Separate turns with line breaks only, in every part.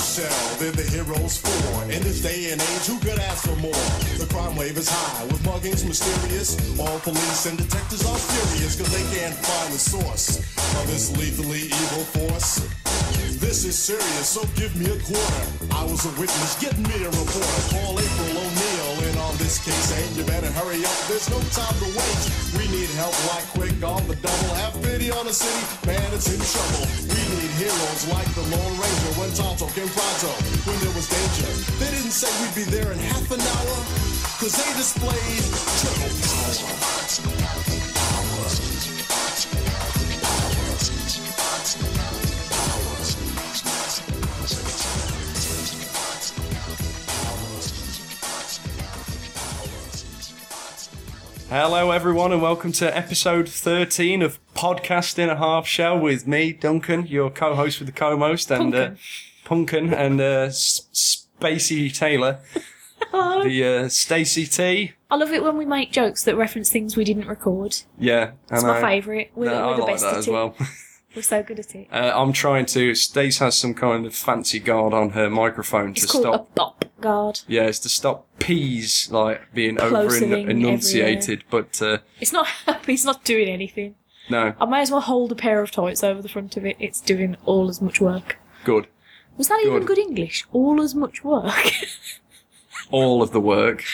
shell, they're the heroes for. In this day and age, who could ask for more? The crime wave is high, with muggings mysterious. All police and detectives are furious, cause they can't find the source of this lethally evil force. This is serious, so give me a quarter. I was a witness, get me a reporter. Call April O'Neil in on this case, and you better hurry up, there's no time to wait. We need help right quick on the double. Have pity on the city, man, it's in trouble. We need heroes like the Lone Ranger when Tonto came pronto, when there was danger. They didn't say we'd be there in half an hour, cause they displayed total
Hello, everyone, and welcome to episode 13 of Podcast in a Half Shell with me, Duncan, your co host with the co host, and uh, Punkin and uh, S- Spacey Taylor,
Hello.
the uh, Stacy T.
I love it when we make jokes that reference things we didn't record.
Yeah,
It's my favourite. We're,
I
we're the
like
best
that
at
as
it.
well.
We're so good at it.
Uh, I'm trying to. Stace has some kind of fancy guard on her microphone
It's
to
called
stop.
a bop guard.
Yeah, it's to stop P's like being over
Plosiling
enunciated, but uh,
It's not happy. It's not doing anything.
no,
I may as well hold a pair of tights over the front of it. It's doing all as much work.
good.
Was that even
Good.
good English? All as much work.
All of the work.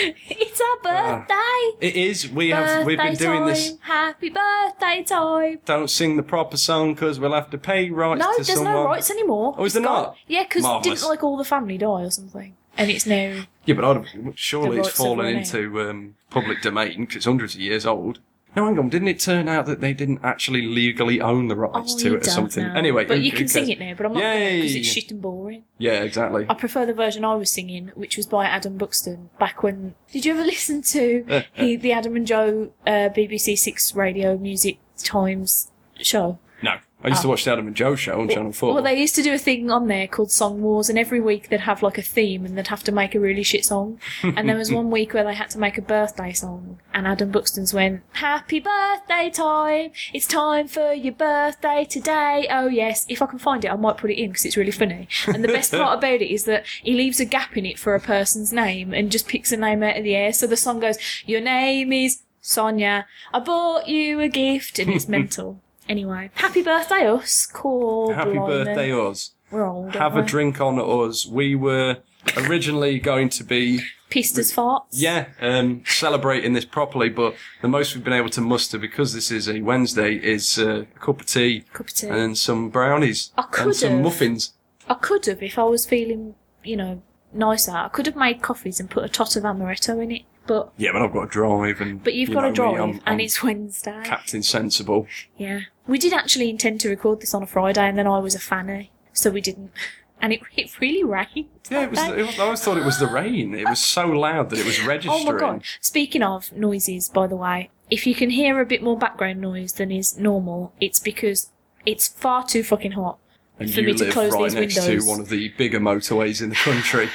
it's our birthday.
It is. We have. Ah. We've been
Birthday
doing this.
time. Happy birthday time.
don't sing the proper song because we'll have to pay rights
No,
to
there's
someone.
no rights anymore.
Oh, is there
It's gone.
not?
Yeah, because
Marvellous.
didn't like all the family die or something, and it's now
Yeah, but I'd, surely
The
it's
rights have
fallen
run out.
into um, public domain because it's hundreds of years old. No, hang on, didn't it turn out that they didn't actually legally own the rights
Oh,
to
you
it or
don't
something?
know.
Anyway,
but
who-
you
who
can sing
cares?
it now. Oh. But I'm not because
Yay.
it's shit and boring.
Yeah, exactly.
I prefer the version I was singing, which was by Adam Buxton back when. Did you ever listen to he, the Adam and Joe uh, BBC Six Radio Music Times show?
No, I used to watch the Adam and Joe show on Channel Four.
Oh. Well, they used to do a thing on there called Song Wars, and every week they'd have like a theme, and they'd have to make a really shit song. And there was one week where they had to make a birthday song, and Adam Buxton's went, "Happy birthday time! It's time for your birthday today. Oh yes, if I can find it, I might put it in because it's really funny." And the best part about it is that he leaves a gap in it for a person's name and just picks a name out of the air. So the song goes, "Your name is." Sonia, I bought you a gift, and it's mental. Anyway, happy birthday us, cool.
Happy birthday, us.
We're old.
Have a
aren't we?
drink on us. We were originally going to be
Pissed as farts.
Yeah, um, celebrating this properly, but the most we've been able to muster because this is a Wednesday is uh, a cup of tea,
Cup of tea.
and some brownies
I could
and some
have.
muffins.
I could have, if I was feeling, you know, nicer, I could have made coffees and put a tot of amaretto in it. But
Yeah, but I've got to drive, and
but you've
you
got
know
to
me,
drive,
I'm-
and
I'm
it's Wednesday.
Captain Sensible.
yeah, we did actually intend to record this on a Friday, and then I was a fanny, so we didn't. And it it really rained.
Yeah, it was.
that day.
It was I always thought it was the rain. It was so loud that it was registering.
Oh my god! Speaking of noises, by the way, if you can hear a bit more background noise than is normal, it's because it's far too fucking hot.
And
for
you
me to
live
close
right
these
next
windows.
to one of the bigger motorways in the country.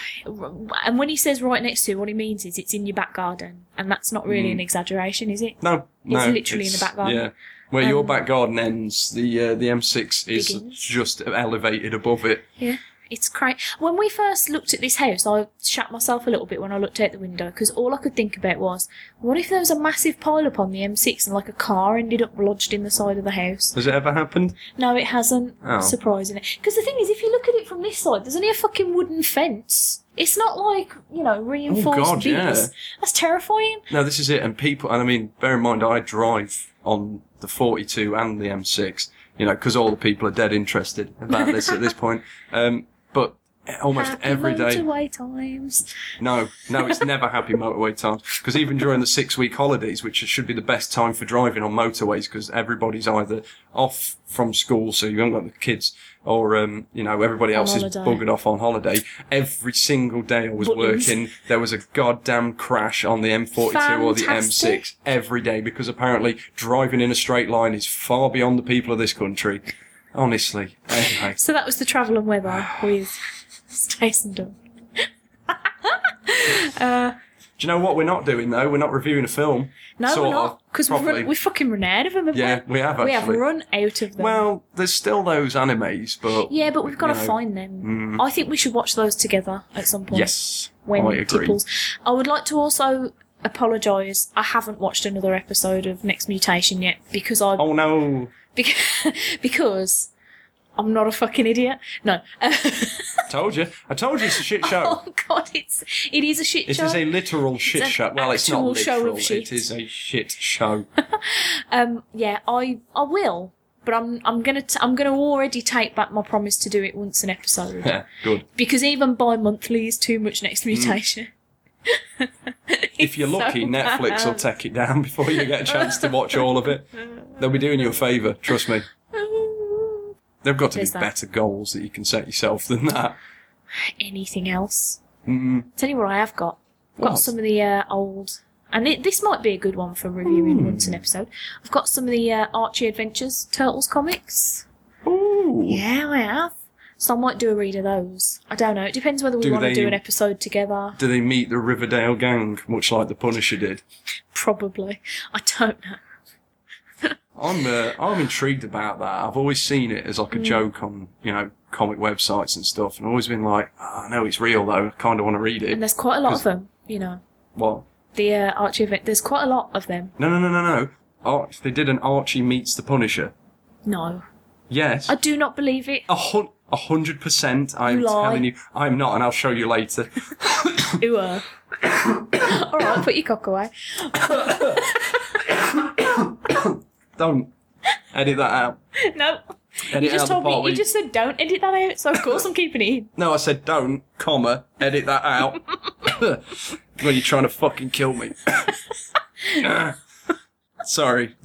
And when he says right next to, what he means is it's in your back garden, and that's not really an exaggeration, is it?
Hmm. No, no,
literally in the back garden. Um,
Yeah, where your back garden ends, the uh, the M6 is
Begins.
just elevated above it.
Yeah. It's crazy. When we first looked at this house, I shat myself a little bit when I looked out the window because all I could think about was, what if there was a massive pile up on the M6 and like a car ended up lodged in the side of the house?
Has it ever happened?
No, it hasn't.
Oh.
Surprisingly, because the thing is, if you look at it from this side, there's only a fucking wooden fence. It's not like you know reinforced
Oh, God,
beams.
yeah.
That's terrifying.
No, this is it. And people, and I mean, bear in mind, I drive on the 42 and the M6, you know, because all the people are dead interested about this at this point. Um, but almost
Happy
every day,
motorway times.
no, no, it's never happy motorway times. Because even during the six week holidays, which should be the best time for driving on motorways, because everybody's either off from school, so you haven't got the kids, or, um, you know, everybody else is
holiday.
buggered off on holiday. Every single day I was
Buttons.
working, there was a goddamn crash on the M42 or the M6 every day, because apparently driving in a straight line is far beyond the people of this country. Honestly. Anyway.
So that was the travel and weather with Stace and Dunn. uh,
Do you know what we're not doing though? We're not reviewing a film.
No,
Sort
we're
of,
not. Because we've,
properly.
run- we've fucking run out of them, haven't
Yeah, we have,
We have
actually.
run out of them.
Well, there's still those animes, but
yeah, but we've got to
you know, mm.
find them. I think we should watch those together at some point.
Yes,
when
I agree.
Tipples. I would like to also apologise. I haven't watched another episode of Next Mutation yet because I
Oh no!
beca- because I'm not a fucking idiot. No.
Told you. I told you it's a shit show.
oh god, it's it is a shit
It
show.
is a literal shit
an
show. Well, it's not
actual show of
literal.
shit.
It is a shit show.
um, yeah, I I will. But I'm I'm gonna t- I'm gonna already take back my promise to do it once an episode
Yeah, Good.
because even bi-monthly is too much next mutation.
Mm. If you're
It's so
lucky, Netflix will
bad.
take it down before you get a chance to watch all of it. They'll be doing you a favour. Trust me. There've got to
There's
be
that.
better goals that you can set yourself than that.
anything else. Tell you what I have got. I've got
What?
some of the uh, old, and it, this might be a good one for reviewing once
Mm.
an episode. I've got some of the uh, Archie Adventures Turtles comics.
Ooh.
Yeah, I have. So I might do a read of those. I don't know. It depends whether we
Do
want to
they-
do an episode together.
Do they meet the Riverdale gang, much like the Punisher did?
Probably. I don't know.
I'm uh, I'm intrigued about that. I've always seen it as
Mm.
like a joke on you know comic websites and stuff, and always been like, oh, no, it's real though. I kind of want to read
And
it.
there's quite a lot of
'Cause-
them, you know.
What?
The uh, Archie Advent. There's quite a lot of them.
No, no, no, no, no. Arch, they did an Archie meets the Punisher.
No,
Yes,
I do not believe it.
a hun- a hundred percent. I'm
You lie.
telling you, I'm not, and I'll show you later.
Ooh, uh. All right, put your cock away.
Don't edit that out.
No.
Edit
You just
out the
told
part
me.
where
You
you-
just said don't edit that out. So of course I'm keeping it in.
No, I said don't, comma, edit that out. well, you're trying to fucking kill me. Sorry,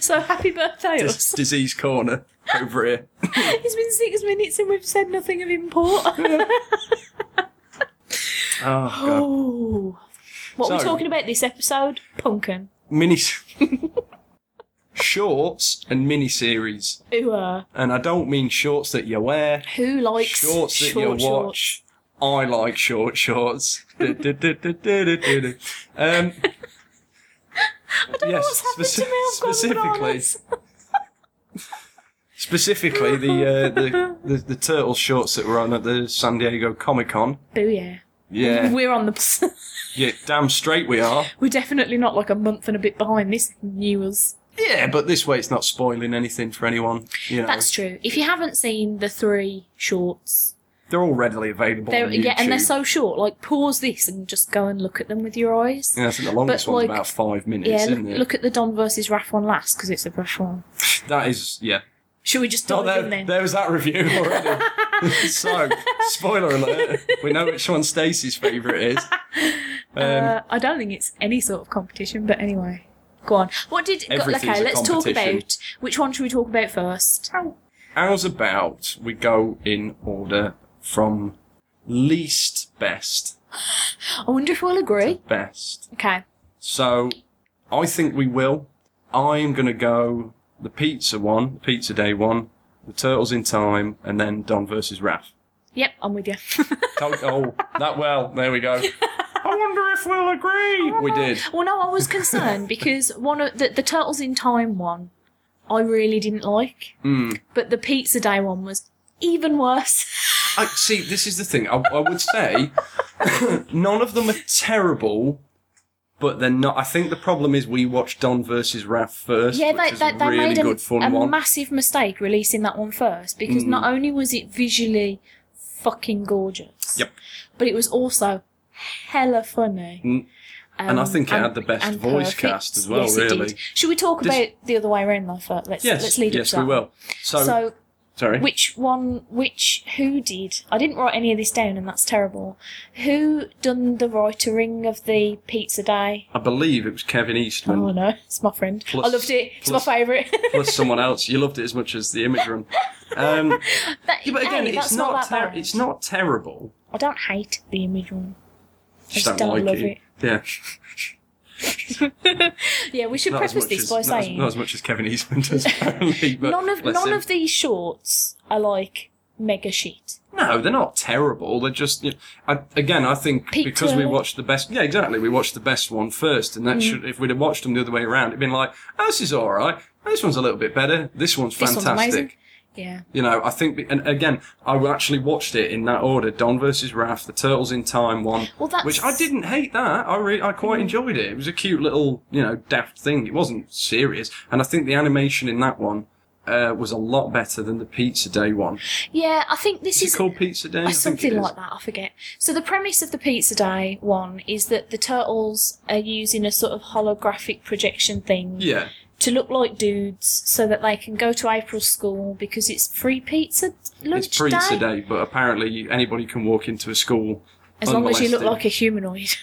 So happy birthday,
this
us.
disease corner over here.
It's been six minutes and we've said nothing of import.
Oh,
oh. What are we
So-
talking about this episode? Punkin.
mini shorts and miniseries,
Who uh,
and I don't mean shorts that you wear,
who likes
shorts that
short
you
shorts?
watch. I like short shorts. Du- du- du- du- du- du- du- du. um, yes,
What's happened
speci-
to me? I've gone
specifically,
bananas.
specifically the, uh, the the the turtle shorts that were on at the San Diego Comic Con.
Booyah.
Yeah,
We're on the.
yeah, damn straight we are.
We're definitely not like a month and a bit behind this news.
Yeah, but this way it's not spoiling anything for anyone. You know,
That's true. If you haven't seen the three shorts,
they're all readily available.
they're,
on
yeah, and they're
YouTube.
so short. Like pause this and just go and look at them with your eyes.
Yeah, I think the longest
But,
one's
like,
about five minutes,
Yeah,
isn't
look,
it?
look at the Don versus Raph one last because it's a brush one.
that is, yeah.
Should we just
Oh,
dive
there,
in then?
there was that review already. so, spoiler alert, we know which one Stacey's favourite is. Um,
uh, I don't think it's any sort of competition, but anyway, go on. What did? go-
Everything's
Okay,
a
let's talk
competition.
about which one should we talk about first?
how's about we go in order from least best
I wonder if we'll agree.
best?
Okay,
So, I think we will. I'm going to go the pizza one, the pizza day one, the turtles in time, and then Don versus Raph.
yep, I'm with you.
Oh, oh, that well. There we go. I wonder if we'll agree. We did.
well, no, I was concerned because one of the, the Turtles in Time one, I really didn't like,
Hmm.
but the Pizza Day one was even worse.
I, see, this is the thing. I, I would say none of them are terrible, but they're not. I think the problem is we watched Don versus Raph first,
Yeah,
which
they,
is
they,
a
they
really
made a,
good fun
a
one. Hmm.
massive mistake releasing that one first because not only was it visually fucking gorgeous,
Yep.
but it was also hella funny.
Mm. And I
um,
think it
and-
had the best
and
voice
perfect.
cast as well,
Yes, it
really.
did. Should we talk
This-
about the other way around though first? Let's,
Yes,
let's lead up
yes,
to
we
that.
will. So,
So,
sorry.
which one, which, who did? I didn't write any of this down and that's terrible. Who done the writering of the pizza day?
I believe it was Kevin Eastman
Oh no, it's my friend. I
Plus-
loved it. It's
plus-
my favourite.
plus someone else. You loved it as much as the immigrant. Um,
That-
yeah, but again,
hey,
it's
that's
not,
that
ter-
bad.
it's not terrible.
I don't hate the image one.
I just
just
don't,
don't
like
love
it. Yeah.
Yeah, we should
Not as
preface
much
this
as-
by
not as-
saying
not as much as Kevin Eastman does apparently. But
none of
bless
none
him.
of these shorts are like mega shit.
No, they're not terrible. They're just you know, I, again, I think
Peak
because we
twelve.
watched the best. Yeah, exactly. We watched the best one first, and that
Mm.
should if we'd have watched them the other way around, it'd been like, oh, this is all right. This one's a little bit better. This one's
This
fantastic.
one's amazing. Yeah.
You know, I think, and again, I actually watched it in that order: Don versus Raph, the Turtles in Time one,
Well, that's- Mm.
which I didn't hate. That I re- I quite enjoyed it. It was a cute little, you know, daft thing. It wasn't serious, and I think the animation in that one uh, was a lot better than the Pizza Day one.
Yeah, I think this
Is
is
it called Pizza Day? I think it
something
is.
like that. I forget. So the premise of the Pizza Day one is that the turtles are using a sort of holographic projection thing
Yeah.
to look like dudes, so that they can go to April school because it's free pizza lunch
it's pizza
day.
today, but apparently you- anybody can walk into a school.
As long as you look
unmolested.
like a humanoid.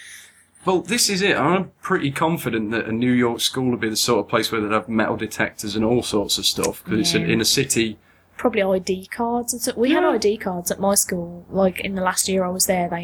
Well, this is it. I'm pretty confident that a New York school would be the sort of place where they'd have metal detectors and all sorts of stuff because it's in,
Yeah.
in a city.
Probably ID cards and so we had
Yeah.
ID cards at my school. Like in the last year I was there, they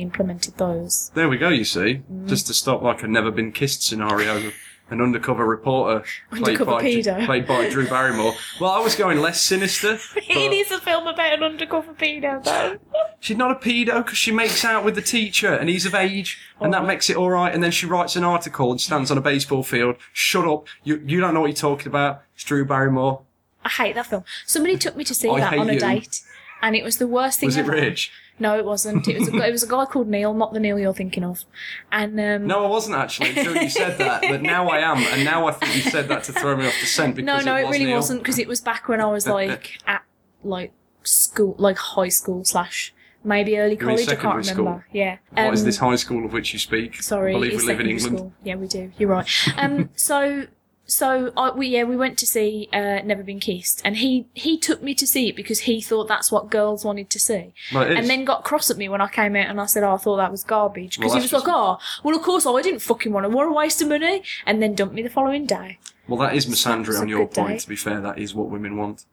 implemented those.
There we go. You see,
Mm.
just to stop like a never been kissed scenario. An undercover reporter played
Undercover
by,
pedo.
played by Drew Barrymore. Well, I was going less sinister.
It
but
is a film about an undercover pedo, though.
She's not a pedo because she makes out with the teacher and he's of age and
Oh.
that makes it all right. And then she writes an article and stands on a baseball field. Shut up. You, you don't know what you're talking about. It's Drew Barrymore.
I hate that film. Somebody took me to see
I
that
hate
on a
you.
date, and it was the worst thing.
Was it
ever.
Ridge?
No, it wasn't. It was a, it was a guy called Neil, not the Neil you're thinking of. And um,
No, I wasn't actually until you said that. But now I am. And now I think you said that to throw me off the scent
no,
because
no,
it,
it
was
really
Neil.
wasn't because it was back when I was like at like school, like high school slash maybe early
mean
college. I can't
secondary
remember.
school?
Yeah.
What is
Um,
this high school of which you speak?
Sorry,
I believe
it's
we live in
secondary
England.
School. Yeah, we do. You're right. Um, so, so I, we yeah we went to see uh, Never Been Kissed, and he he took me to see it because he thought that's what girls wanted to see,
Well, it
and
is.
then got cross at me when I came out and I said oh, I thought that was garbage because
Well,
he was
that's
like oh well of course I didn't fucking want it what a waste of money, and then dumped me the following day.
Well, that is misandry
was a
on your
good day.
point, to be fair. That is what women want.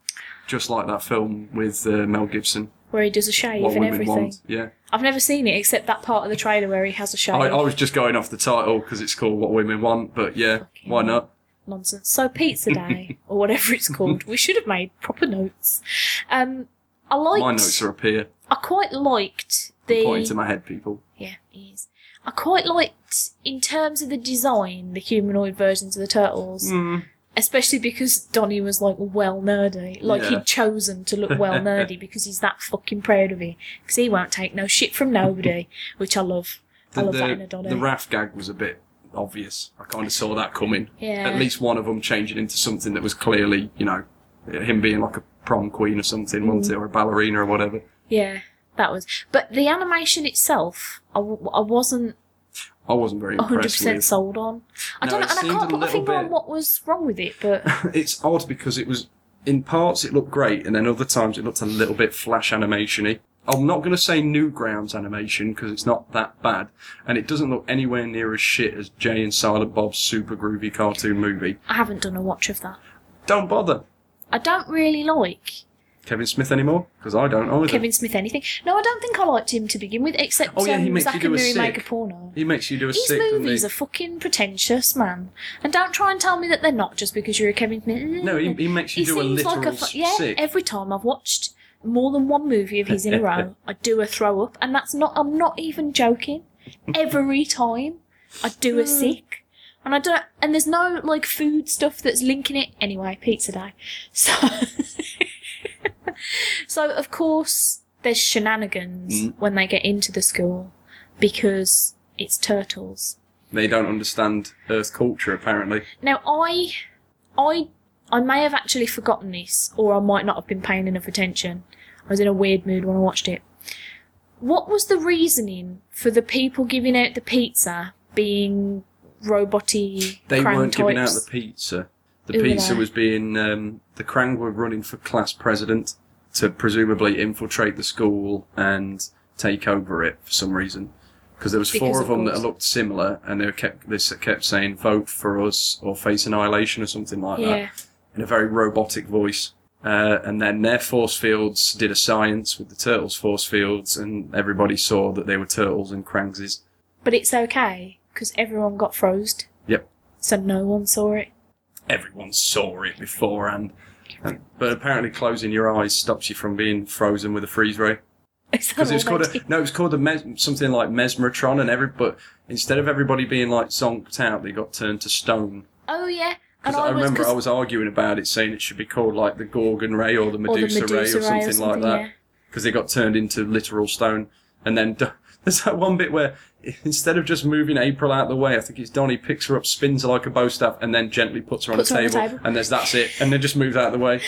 Just like that film with uh, Mel Gibson.
Where he does a shave
What
and
women
everything.
want. Yeah.
I've never seen it except that part of the trailer where he has a shave.
I, I was just going off the title because it's called What Women Want, but yeah, why not?
nonsense. So Pizza Day, or whatever it's called, we should have made proper notes. Um, I liked.
My notes are up here.
I quite liked
I'm pointing to
the.
my head, people.
Yeah, it is. I quite liked, in terms of the design, the humanoid versions of the turtles,
Mm.
especially because Donnie was like well nerdy. Like
Yeah.
he'd chosen to look well nerdy because he's that fucking proud of it. Because he won't take no shit from nobody, which I love. I
The,
love that in a
the,
Donnie.
the Raph gag was a bit obvious. I kind of saw that coming.
Yeah.
At least one of them changing into something that was clearly, you know, him being like a prom queen or something, wasn't it?
Mm.
Or a ballerina or whatever.
yeah, that was. But the animation itself, I, w- I wasn't
I wasn't very impressed
100%
with.
sold on. I
No,
don't know,
it
and I
seemed
can't
a
put my
little
finger on
bit-
what was wrong with it, but
It's odd because it was, in parts it looked great and then other times it looked a little bit flash animation-y. I'm not going to say Newgrounds animation because it's not that bad, and it doesn't look anywhere near as shit as Jay and Silent Bob's super groovy cartoon movie.
I haven't done a watch of that.
Don't bother
I don't really like
Kevin Smith anymore because I don't either.
Kevin Smith anything. No, I don't think I liked him to begin with, except
Oh, yeah, he
um,
makes you
Zack
do
and
a
Miri
sick.
make a porno.
He makes you do a
These
sick, doesn't
movies
he?
are fucking pretentious, man. And don't try and tell me that they're not just because you're a Kevin Smith.
No, he, he makes you
He
do a
seems
literal
like a fu- yeah.
sick.
Every time I've watched more than one movie of his in a row, I do a throw up, and that's not. I'm not even joking. Every time I do a sick, and I don't. And there's no like food stuff that's linking it anyway. Pizza day, so so of course there's shenanigans when they get into the school because it's turtles.
They don't understand Earth culture apparently.
Now I, I, I may have actually forgotten this, or I might not have been paying enough attention. I was in a weird mood when I watched it. What was the reasoning for the people giving out the pizza being roboty?
They
cram
weren't giving out
types?
the pizza. The
Who were
pizza
they?
was being um, the Krang were running for class president to presumably infiltrate the school and take over it for some reason. Because there was
Because,
four
of
of them that
course.
looked similar, and they were kept they s- kept saying "vote for us" or "face annihilation" or something like
Yeah,
that in a very robotic voice. Uh, and then their force fields did a science with the turtles' force fields, and everybody saw that they were turtles and Krangses.
but it's okay because everyone got frozed,
Yep,
so no one saw it.
everyone saw it beforehand. But apparently, closing your eyes stops you from being frozen with a freeze ray. Because
Oh,
it was called a, no, it was called a mes- something like mesmerotron, and every but instead of everybody being like zonked out, they got turned to stone.
Oh yeah, and
Because
I,
I,
was,
remember
'cause-
I was arguing about it, saying it should be called like the Gorgon Ray or the
or the
Medusa,
Medusa
Ray or something, like
yeah.
that. Because they got turned into literal stone, and then Don- there's that one bit where instead of just moving April out of the way, I think it's Donnie picks her up, spins her like a bow staff, and then gently puts her on,
Puts
a
her on the
table,
table.
and there's that's it, and then just moves out of the way.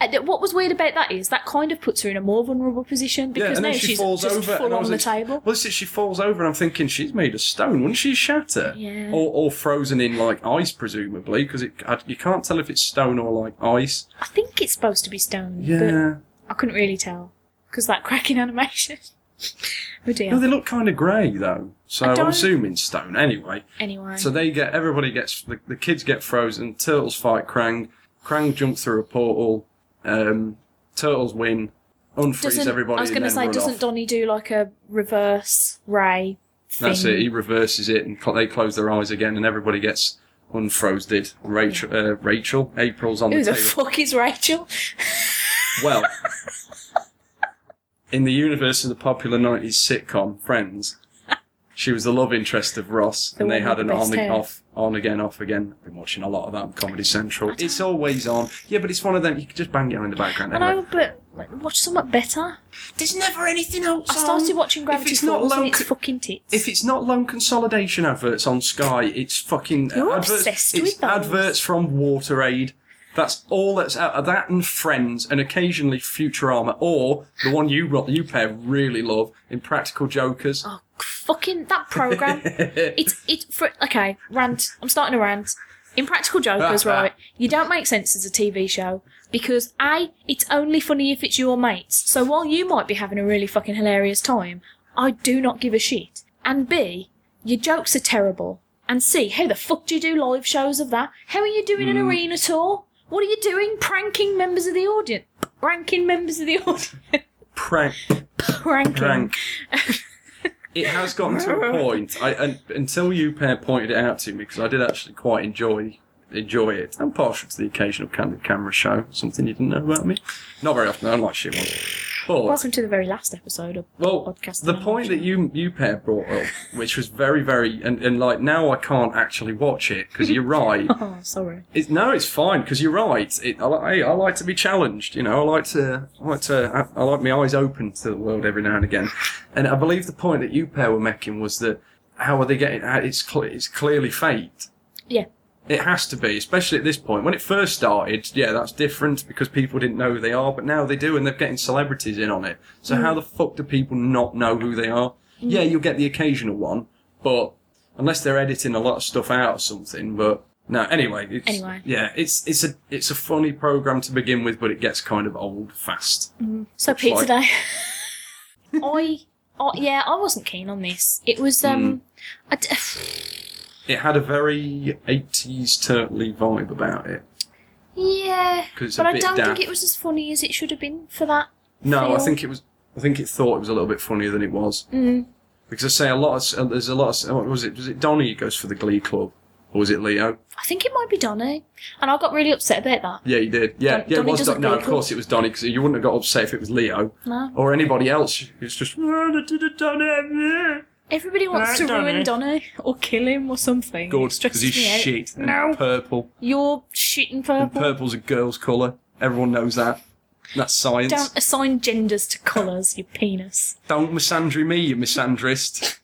And uh, th- what was weird about that is that kind of puts her in a more vulnerable position
Yeah,
because
and
now
then she
she's
falls
just
over.
full
and I
on
was
the
like,
table.
Well, this is, she falls over, and I'm thinking she's made of stone. Wouldn't she shatter?
Yeah.
Or, or frozen in like ice, presumably, because you can't tell if it's stone or like ice.
I think it's supposed to be stone,
Yeah.
but I couldn't really tell because that cracking animation. oh dear.
No, they look kind of grey though, so
I don't-
I'm assuming stone. Anyway,
anyway,
so they get everybody gets the, the kids get frozen. Turtles fight Krang. Krang jumps through a portal. Um, turtles win. Unfreeze
doesn't
everybody.
I was
going to
say doesn't Donnie do like a reverse ray? Thing?
That's it. He reverses it, and cl- they close their eyes again, and everybody gets unfrozen. Rachel, uh, Rachel, April's on
Who
the
the
table.
fuck is Rachel?
well, in the universe of the popular '90s sitcom Friends, she was the love interest of Ross,
The
and they
one
had
with
an
the
on
best hair.
off, on again, off again. I've been watching a lot of that on Comedy Central. It's always on. Yeah, but it's one of them. You can just bang it on in the background.
I
Anyway.
know, but like, watch something better.
There's never anything else.
I started watching Gravity
Um, if it's
Falls
not low
and it's
co-
fucking tits.
if it's not loan consolidation adverts on Sky, it's fucking
You're
adverts,
obsessed
it's
with those.
adverts from WaterAid. That's all that's out of that and Friends and occasionally Futurama or the one you ro- you pair really love in Practical Jokers.
Oh, fucking that program! it's it for okay rant. I'm starting a rant. Impractical Jokers, right? You don't make sense as a TV show because a it's only funny if it's your mates. So while you might be having a really fucking hilarious time, I do not give a shit. And b your jokes are terrible. And c how the fuck do you do live shows of that? How are you doing an arena tour? What are you doing? Pranking members of the audience. Pranking members of the audience.
Prank,
Pranking.
prank. it has gotten to a point. I and, until you pair pointed it out to me because I did actually quite enjoy enjoy it. I'm partial to the occasional candid camera show. Something you didn't know about me. Not very often. I don't like shit ones. But
Welcome to the very last episode of
Well,
podcast.
the point that you you pair brought up, which was very very, and, and like now I can't actually watch it because you're right.
Oh, sorry.
It's, no, it's fine because you're right. It, I, li- I like to be challenged. You know, I like to I like to I, I like my eyes open to the world every now and again. And I believe the point that you pair were making was that how are they getting? how It's cl- it's clearly fate.
Yeah.
It has to be, especially at this point. When it first started, yeah, that's different because people didn't know who they are, but now they do and they're getting celebrities in on it. So how the fuck do people not know who they are? Yeah, you'll get the occasional one, but unless they're editing a lot of stuff out or something, but no, anyway, it's,
Anyway.
yeah, it's it's a it's a funny program to begin with, but it gets kind of old fast.
So pizza
like-
day. I, I yeah, I wasn't keen on this. It was um,
Hmm.
I d-
It had a very 80s turtly vibe about it.
yeah,
'Cause it's a
but I
bit
don't
daft.
think it was as funny as it should have been for that.
No, I
feel.
think it was. I think it thought it was a little bit funnier than it was. Mm. Because I say a lot. Of, uh, there's a lot. Of, what was it? Was it Donnie who goes for the Glee Club, or was it Leo?
I think it might be Donny, and I got really upset about that.
Yeah, he did. Yeah,
Don-
yeah.
Donnie
it was
does
Don-
the
no,
Glee
of
Club.
course it was Donnie because you wouldn't have got upset if it was Leo
No.
or anybody else. It's just "Oh, Donnie.
Everybody wants to
Right,
ruin
Donny.
Donny or kill him or something. It
Good
stresses
because he's
me out.
shit. and
No.
purple.
You're shit and purple.
And purple's a girl's colour. Everyone knows that. That's science.
Don't assign genders to colours, you penis.
Don't misandry me, you misandrist.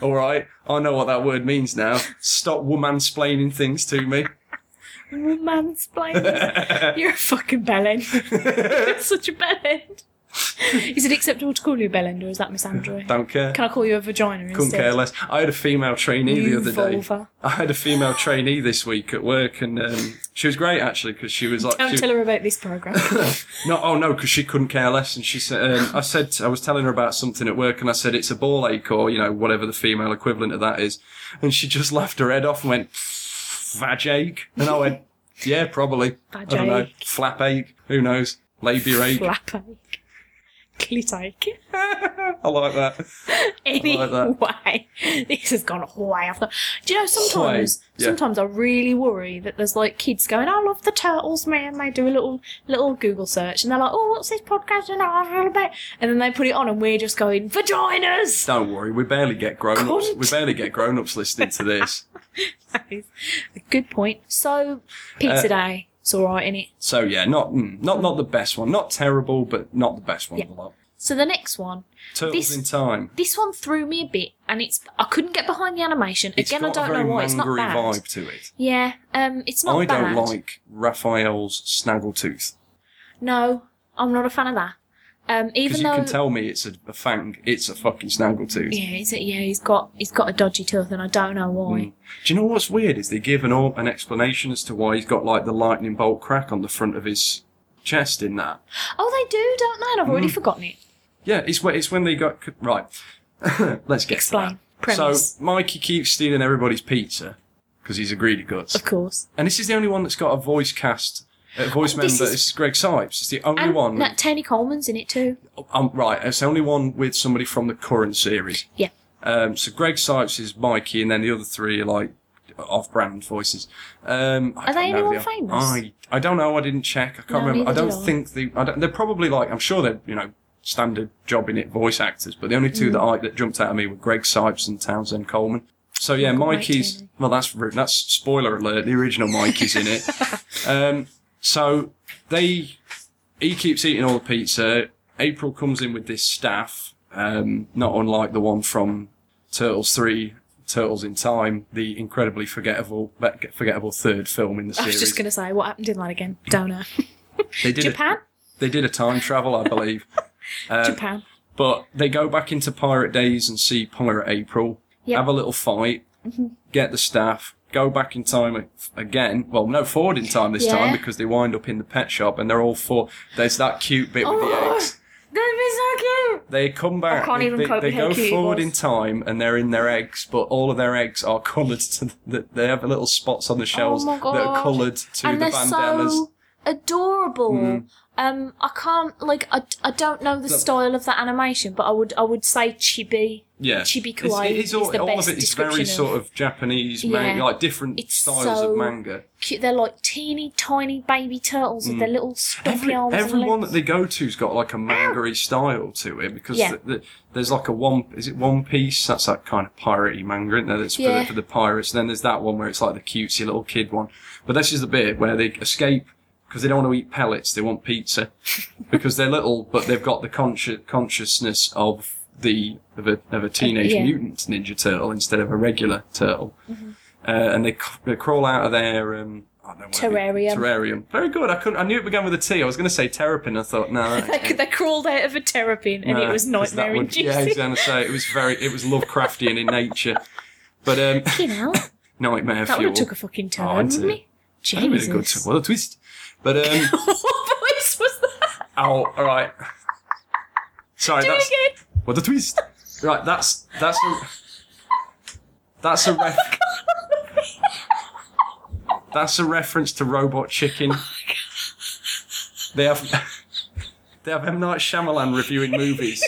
All right, I know what that word means now. Stop womansplaining things to me.
Mansplaining. You're a fucking bellend. You're such a bellend. Is it acceptable to call you a bellend or is that misandry?
Don't care.
Can I call you a vagina instead?
Couldn't care less. I had a female trainee
You
the other day.
vulva.
I had a female trainee this week at work, and um, she was great actually because she was like,
Don't
she,
tell her about this program.
no, oh no, because she couldn't care less. And she said, um, I said, I was telling her about something at work, and I said it's a ball ache or you know whatever the female equivalent of that is, and she just laughed her head off and went, vag ache, and I went, yeah, probably, I
Vag
don't know,
ache.
flap ache, who knows, labia ache.
Flap ache. take
I like that.
any
like that.
way. This has gone way off the. Do you know sometimes?
yeah.
Sometimes I really worry that there's like kids going, "I love the turtles, man." They do a little little Google search and they're like, "Oh, what's this podcast and all about?" And then they put it on and we're just going vaginas.
Don't worry, we barely get grown ups. We
Cunt.
barely get grown ups listening to this.
That is a good point. So pizza
Uh,
day, it's all right, innit?
So yeah, not mm, not not the best one. Not terrible, but not the best one.
Yeah.
of the lot.
So the next one,
Turtles
This-
in Time.
this one threw me a bit, and it's I couldn't get behind the animation.
It's
Again,
got
I
a
don't
very
know why. It's not
mangry
bad.
vibe to it.
Yeah, um, it's not
I
bad.
don't like Raphael's snaggletooth
No, I'm not a fan of that. Um,
because
even
you
though
can tell me it's a, a fang. It's a fucking snaggletooth.
yeah, it's a, yeah, he's got he's got a dodgy tooth, and I don't know why.
Mm. Do you know what's weird is they give an au- an explanation as to why he's got like the lightning bolt crack on the front of his chest in that.
Oh, they do, don't they? And I've
Mm.
already forgotten it.
Yeah, it's when, it's when they got c- right. Let's get
Explain
To that.
premise,
So Mikey keeps stealing everybody's pizza because he's a greedy guts,
of course.
and this is the only one that's got a voice cast. A voice member
Oh, this
is...
is-
Greg Sipes. It's the only
And
one.
Nat Tony Coleman's in it too.
Um, right, it's the only one with somebody from the current series.
Yeah,
Um, so Greg Sipes is Mikey, and then the other three are like off-brand voices. Um, I
Are they
don't know
anyone
the-
famous?
I I don't know. I didn't check. I can't
No,
remember. I
neither
don't
did I.
think they. I don't, they're probably like. I'm sure they're you know standard job in it voice actors, but the only
Mm.
two that I that jumped out at me were Greg Sipes and Townsend Coleman. So yeah,
God,
Mikey's.
Mikey.
Well, that's rude. that's spoiler alert. The original Mikey's in it. Um, so they he keeps eating all the pizza. April comes in with this staff, um, not unlike the one from Turtles Three, Turtles in Time, the incredibly forgettable, forgettable third film in the
I
series.
was just gonna say what happened in that again. Don't know.
they did
Japan,
A, they did a time travel, I believe, Uh,
Japan.
but they go back into pirate days and see Pirate April,
Yep. Mm-hmm.
have a little fight, get the staff. Go back in time a- again. Well, no, forward in time this
Yeah.
time because they wind up in the pet shop and they're all four. There's that cute bit with the
Oh.
eggs.
That'd be so cute.
They come back.
I can't
they,
even
they,
cope
they
with how
go
cute it
forward
was.
in time, and they're in their eggs, but all of their eggs are coloured. To the, they have little spots on the shells
Oh my
that are
God.
coloured to
and
the
they're
bandanas.
so adorable. Um, I can't like I, I don't know the
Look.
style of that animation, but I would I would say chibi.
yeah,
chibi
It's-
kawaii
It is all,
is the
all
best
of it is very
description of-
sort of Japanese
Yeah.
manga, like different
It's
styles
so
of manga.
Cute. They're like teeny tiny baby turtles with their little stuffy
Mm. Every,
arms.
everyone
and
that
legs.
they go to's got like a manga style to it because
Yeah.
th th- there's like a one is it One Piece that's that kind of piratey manga isn't there that's for,
Yeah.
the, for the pirates and then there's that one where it's like the cutesy little kid one but this is the bit where they escape because they don't want to eat pellets they want pizza because they're little but they've got the consci- consciousness of the of a, of a teenage
yeah. Mm-hmm.
mutant ninja turtle instead of a regular turtle uh, and they, c- they crawl out of their um, I don't know what it-
Terrarium.
Terrarium. Very good. I couldn't. I knew it began with a T. I was going to say terrapin. I thought no. that
they, they crawled out of a terrapin and it
no,
was
'cause that
nightmare
would-
inducing.
Yeah, I was going to say it was very. It was Lovecraftian in nature, but um,
you know
nightmare
that would
fuel.
have took a fucking turn,
Oh,
wouldn't
isn't it?
it?
That'd have been a good
Jesus.
t- what a twist. But um,
what voice was that?
ow, all right. Sorry,
Do
that's
it again.
what a twist. Right, that's that's a that's
Oh
a ref. That's a reference to Robot
Oh
Chicken. They have they have M Night Shyamalan reviewing movies,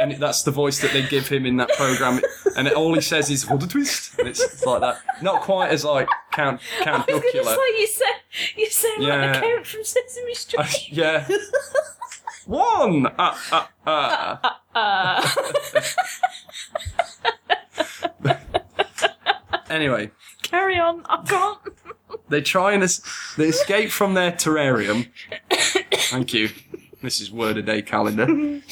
and it- that's the voice that they give him in that program. And it, all he says is "What a twist!" And it's, it's like that. Not quite as like Count
I
Count
was gonna
Duckula.
say you said you sound like
Yeah.
the count from Sesame Street.
yeah. One. Ah, ah, ah.
Uh-uh. Uh,
Anyway,
Carry on. I can't.
they try and es- they escape from their terrarium. Thank you. This is word a day calendar.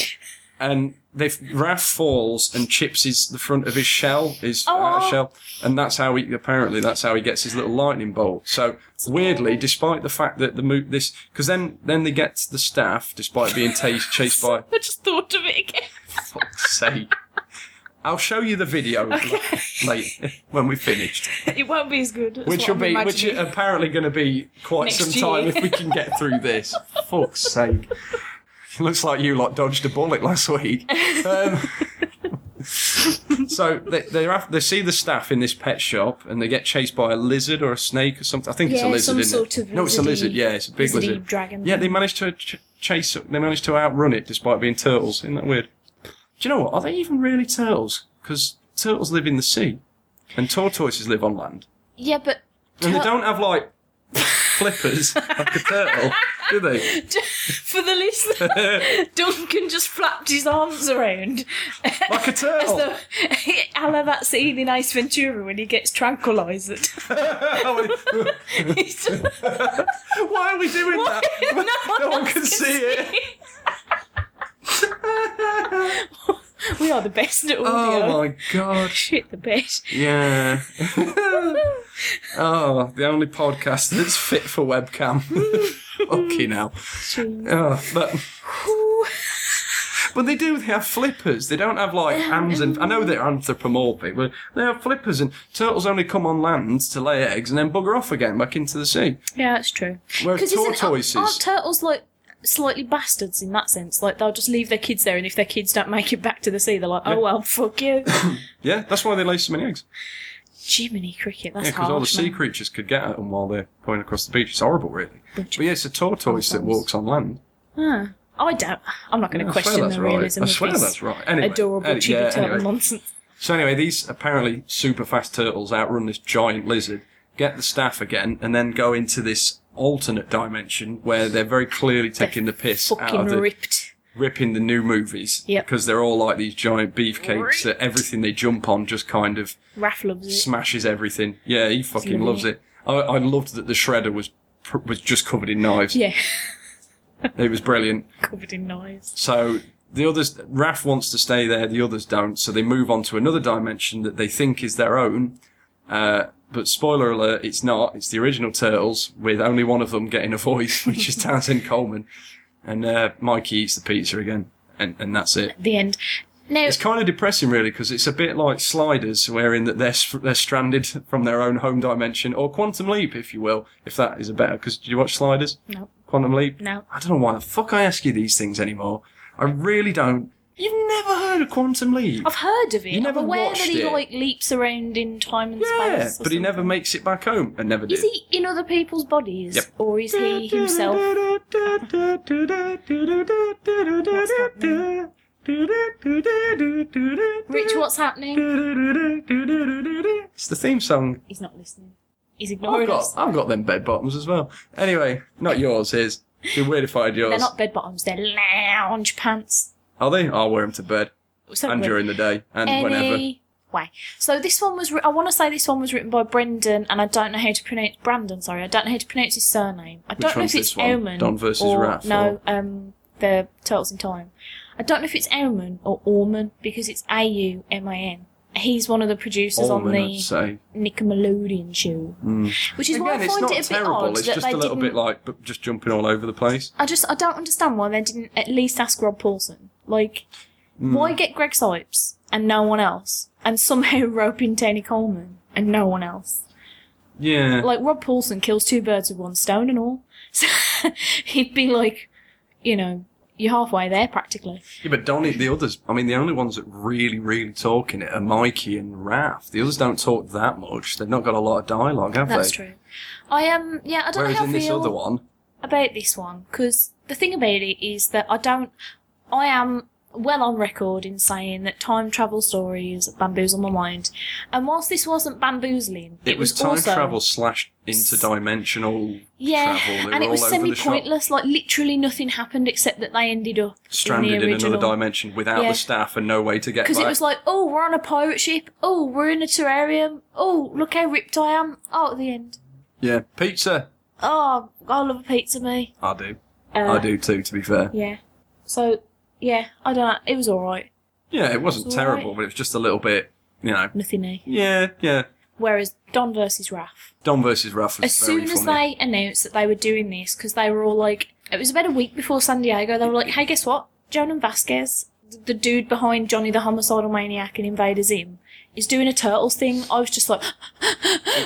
And they Raph falls and chips his the front of his shell, his uh,
Oh.
shell, and that's how he apparently that's how he gets his little lightning bolt. So weirdly, despite the fact that the mo- this because then then they get the staff, despite being ta- chased by
I just thought of it again.
fuck's sake. I'll show you the video la- later when we finished,
It won't be as good. As
which
what
will
I'm
be which uh,
imagining.
is apparently going to be quite
Next
some
year.
time if we can get through this. fuck's sake! Looks like you lot dodged a bullet last week. Um, so they they, af they see the staff in this pet shop and they get chased by a lizard or a snake or something. I think it's a
Yeah,
lizard.
some
isn't
sort
it?
of
no, it's a
lizardy-
lizard. Yeah, it's a big
lizardy
lizard.
dragon
Yeah,
thing.
they managed to ch- chase it. They managed to outrun it despite being turtles. Isn't that weird? Do you know what? Are they even really turtles? Because turtles live in the sea, and tortoises live on land,
Yeah, but
and they
Tur-
don't have like flippers like a turtle, do they?
for the listener, Duncan just flapped his arms around.
Like a turtle.
So, I love that scene in Ace Ventura when he gets tranquilized. He's just-
Why are we doing that?
no one,
No one
else
can see it.
We are the best at audio.
Oh my god.
Shit, the best.
Yeah. oh, the only podcast that's fit for webcam. okay now. Oh, but
Ooh.
but they do. They have flippers. They don't have like hands and. I know they're anthropomorphic, but they have flippers. And turtles only come on land to lay eggs and then bugger off again back into the sea.
Yeah, that's true.
Whereas
'Cause isn't-
tortoises-
Aren't turtles like slightly bastards in that sense? Like they'll just leave their kids there, and if their kids don't make it back to the sea, they're like, "Oh well, fuck you,
Yeah, that's why they lay so many eggs.
Jiminy cricket." That's
Yeah, because
hard.
all the sea creatures could get at them while they're going across the beach. It's horrible, really. But yeah, it's a tortoise that
Tortoise.
walks on land.
I don't. I'm not going to
I swear
question
that's
the
right. I
realism of
swear
this
that's right. Anyway,
adorable
any-
chibi
yeah,
turtle
anyway.
nonsense.
So anyway, these apparently super fast turtles outrun this giant lizard, get the staff again, and then go into this alternate dimension where they're very clearly taking the piss out
Fucking
of the,
ripped.
ripping the new movies
Yep.
because they're all like these giant beefcakes that everything they jump on just kind of
Raph loves it.
smashes everything. Yeah, he fucking
brilliant.
loves it. I, I loved that the shredder was pr- was just covered in knives.
yeah,
It was brilliant.
covered in knives.
So the others, Raph wants to stay there, the others don't. So they move on to another dimension that they think is their own. Uh, but spoiler alert, it's not. It's the original Turtles with only one of them getting a voice, which is Townsend Coleman. And uh, Mikey eats the pizza again, and, and that's it.
The end. Now,
It's kind of depressing, really, because it's a bit like Sliders, wherein that they're s- they're stranded from their own home dimension, or Quantum Leap, if you will, if that is a better. Because did you watch Sliders?
no.
Quantum Leap?
No.
I don't know why the fuck I ask you these things anymore. I really don't. You've never heard of Quantum Leap.
I've heard of it.
You never
I'm aware
watched
that he
it.
like leaps around in time and
yeah,
space. or
but he
something.
never makes it back home, and never did.
Is he in other people's bodies,
Yep.
or is he himself? Rich, what's happening?
It's the theme song.
He's not listening. He's
I've
ignoring
got,
us.
I've got them bed bottoms as well. Anyway, not yours, his. Be weird if I had
They're
yours.
not bed bottoms. They're lounge pants.
Are they? I'll wear them to bed
So
and during the day and whenever.
anyway, so this one was. Ri- I want to say this one was written by Brendan, and I don't know how to pronounce Brandon. Sorry, I don't know how to pronounce his surname. I don't know
one's
if it's
this one?
Omen
Don versus
or
Raph,
no, um, the Turtles in Time. I don't know if it's Omen or Orman because it's A U M I N. He's one of the producers on
Allman, I'd
the
say. Hmm.
Nickelodeon show, which is why
Again,
I
it's
find
not
it a bit
terrible.
odd
it's
that
just
they
a little
didn't.
bit like but just jumping all over the place.
I just I don't understand why they didn't at least ask Rob Paulson. Like,
Hmm.
why get Greg Sipes and no one else, and somehow rope in Tony Coleman and no one else?
Yeah.
Like Rob Paulson kills two birds with one stone and all. So he'd be like, you know, you're halfway there practically.
yeah, but Donnie, the others, I mean, the only ones that really, really talk in it are Mikey and Raph. The others don't talk that much. They've not got a lot of dialogue, have
That's
they?
true. I um yeah I don't know
Whereas
how
in
I
this
feel
other one,
about this one because the thing about it is that I don't. I am well on record in saying that time travel stories bamboozle my mind, and whilst this wasn't bamboozling,
it, was, time
also-
travel slash interdimensional
Yeah,
travel. They
and
were
it was
all over the shop.
semi-pointless. Like literally nothing happened except that they ended up
stranded
in,
in,
the original.
another dimension without
Yeah.
the staff and no way to get back.
Because it was like, oh, we're on a pirate ship. Oh, we're in a terrarium. Oh, look how ripped I am. Oh, at the end.
yeah, pizza.
Oh, I love a pizza, me.
I do.
Uh,
I do too. To be fair,
Yeah. So, yeah, I don't know. It was alright.
yeah, it wasn't
It's all
terrible,
right.
but it was just a little bit, you know.
Nothing new.
Yeah, yeah.
Whereas Don versus Raph,
Don versus Raph was
as
very
soon as
funny.
they announced that they were doing this, because they were all like, it was about a week before San Diego, they were like, hey, guess what? Jonan Vasquez, th- the dude behind Johnny the Homicidal Maniac and Invader Zim, is doing a Turtles thing. I was just like,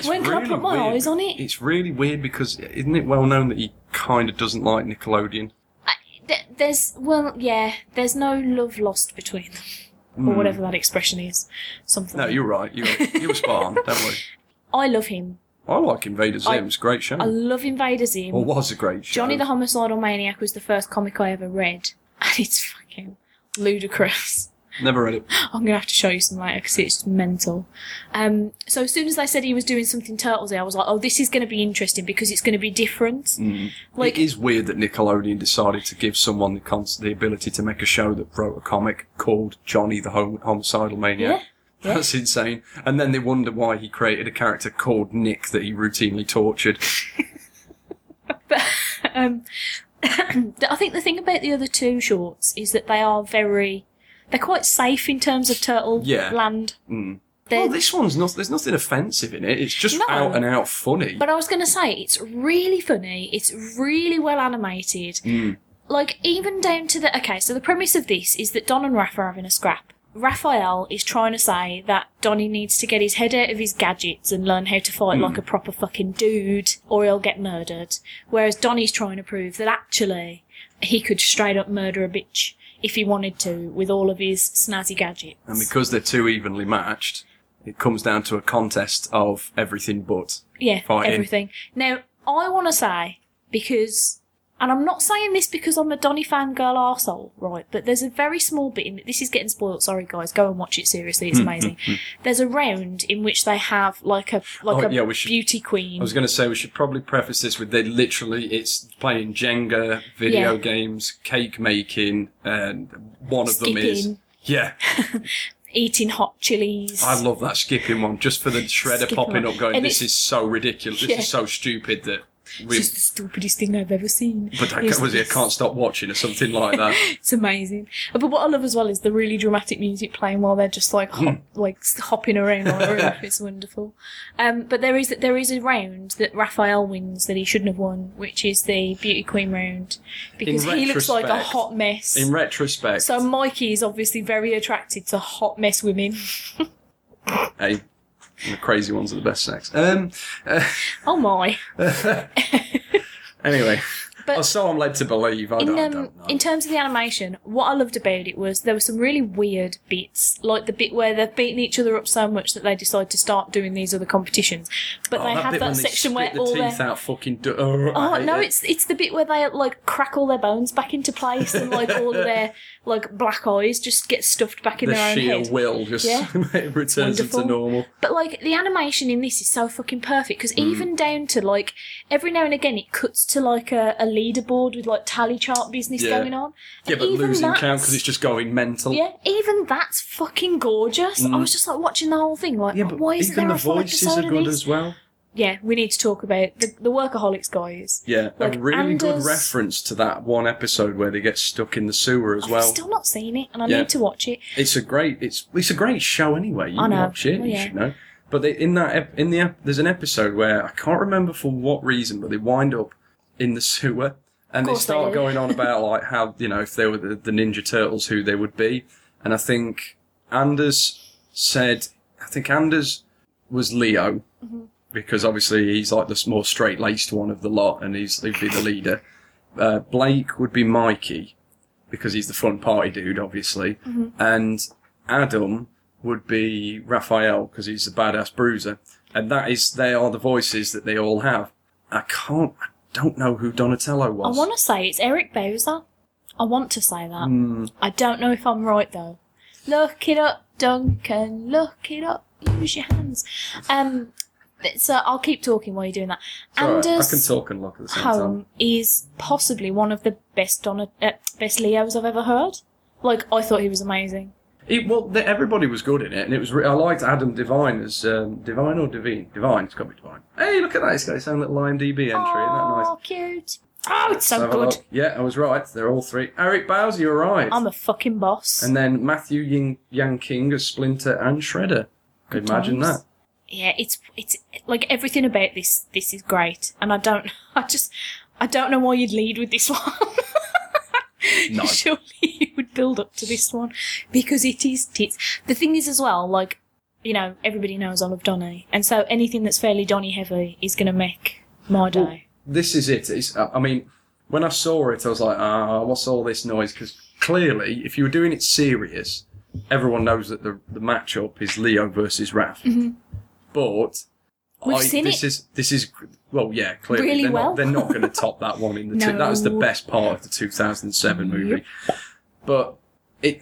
when can I
really
put my
weird.
eyes on it?
It's really weird because isn't it well known that he kind of doesn't like Nickelodeon?
Th- there's, well, yeah, there's no love lost between them.
Hmm.
Or whatever that expression is. Something.
No, you're right. You're, you were spot on. Don't worry.
I love him.
I like Invader Zim.
I-
it's a great show.
I love Invader Zim.
or was a great show.
Johnny the Homicidal Maniac was the first comic I ever read, and it's fucking ludicrous.
Never read it.
I'm gonna have to show you some later because it's mental. Um, so as soon as they said he was doing something turtlesy, I was like, oh, this is gonna be interesting because it's gonna be different. Like,
Mm. it is weird that Nickelodeon decided to give someone the, cons- the ability to make a show that wrote a comic called Johnny the Hom- Homicidal Maniac.
Yeah, yeah.
That's insane. And then they wonder why he created a character called Nick that he routinely tortured.
but um, I think the thing about the other two shorts is that they are very, they're quite safe in terms of turtle
Yeah. Mm.
land. They're-
Well, this one's not. There's nothing offensive in it. It's just
No.
out and out funny.
But I was going to say, it's really funny. It's really well animated. Like, even down to the. Okay, so the premise of this is that Don and Raph are having a scrap. Raphael is trying to say that Donnie needs to get his head out of his gadgets and learn how to fight like a proper fucking dude, or he'll get murdered. Whereas Donnie's trying to prove that actually he could straight up murder a bitch if he wanted to with all of his snazzy gadgets.
and because they're too evenly matched, it comes down to a contest of everything but.
Yeah,
Fighting.
everything. Now, I want to say, because, and I'm not saying this because I'm a Donny fangirl arsehole, right, but there's a very small bit in it. This is getting spoiled, sorry guys, go and watch it seriously, it's amazing. there's a round in which they have like a, like
Oh,
a
yeah, we should-
beauty queen.
I was going to say we should probably preface this with they literally it's playing Jenga, video
Yeah.
games, cake making, and one of them is
Skipping.
yeah.
eating hot chilies.
I love that skipping one just for the shredder
Skipping
popping
one.
up, going
And
this
it's-
is so ridiculous,
Yeah.
this is so stupid that we.
It's just the stupidest thing I've ever seen.
But I,
It's-
was it, I can't stop watching or something like that.
It's amazing. But what I love as well is the really dramatic music playing while they're just like hop,
Hmm.
like hopping around all over. It's wonderful. Um, but there is there is a round that Raphael wins that he shouldn't have won, which is the beauty queen round because he looks like a
retrospect-
hot mess.
In retrospect,
so Mikey is obviously very attracted to hot mess women.
hey, the crazy ones are the best sex. Um,
Oh my!
anyway,
But-
or so I'm led to believe. I
In,
don't, I
um,
don't know.
in terms of the animation, what I loved about it was there were some really weird bits, like the bit where they've beaten each other up so much that they decide to start doing these other competitions. But
Oh,
they have
bit
that
when they
section where
spit
all
the
their
teeth out fucking. Do- oh, I
Oh
hate
no,
it.
it's it's the bit where they like crack all their bones back into place and like all of their like black eyes just get stuffed back in
the
their own
sheer
head.
will just
Yeah.
it returns them
Wonderful.
to normal.
But like the animation in this is so fucking perfect because
Mm.
even down to like every now and again it cuts to like a, a leaderboard with like tally chart business
Yeah.
going on.
Yeah,
And
but
even
losing count
that's-
because it's just going mental.
yeah, even that's fucking gorgeous. I was just like watching the whole thing, like,
Mm. Yeah, but
why isn't
even
there
the
a full
voices
episode
are
of
good
this?
as well.
Yeah, we need to talk about the, the workaholics guys.
Yeah,
Like,
a really good
Anders-
reference to that one episode where they get stuck in the sewer as
I've
well.
still not seen it, and I
Yeah.
need to watch it.
It's a great it's it's a great show anyway. You
I know.
watch it,
Oh,
you
yeah.
should know. But they, in that ep- in the ep- there's an episode where I can't remember for what reason, but they wind up in the sewer and they
course they
start
do.
going on about like how you know if they were the, the Ninja Turtles who they would be, and I think Anders said I think Anders was Leo
Mm-hmm.
because obviously he's like the s- more straight laced one of the lot and he's he'd be the leader. Uh, Blake would be Mikey because he's the fun party dude, obviously,
Mm-hmm.
and Adam would be Raphael because he's the badass bruiser, and that is they are the voices that they all have. I can't, I don't know who Donatello
I
was.
want to say it's Eric Bowser. I want to say that.
Hmm.
I don't know if I'm right though. Look it up, Duncan. Look it up. Use your hands. Um, so I'll keep talking while you're doing that.
It's all right, I can
Anders
talk and look at the same time.
Home is possibly one of the best on uh, best Leos I've ever heard. Like I thought he was amazing.
It, well, the, everybody was good in it, and it was. Re- I liked Adam Devine as um, Divine or Devine. Divine, it's got to be Divine. Hey, look at that! It's got its own little IMDb entry. Isn't that nice?
Oh, cute. Oh, it's so
Have a
good.
look. Yeah, I was right. They're all three. Eric Bowser, you're right.
I'm a fucking boss.
and then Matthew Ying- Yang King as Splinter and Shredder. Imagine
times.
that.
yeah, it's it's like everything about this. This is great, and I don't. I just I don't know why you'd lead with this one.
No.
Surely you would build up to this one because it is tits. The thing is, as well, like you know, everybody knows I love Donny, and so anything that's fairly Donny heavy is going to make my day.
This is it. It's, I I mean, when I saw it, I was like, ah, what's all this noise? Because clearly, if you were doing it serious, everyone knows that the, the matchup is Leo versus Raph. But
Mm-hmm. We've
I-
seen
this
it.
is this is well, yeah, clearly
Really
they're
well.
not they're not going to top that one in the. two- that was the
No.
best part of the 2007 movie, but it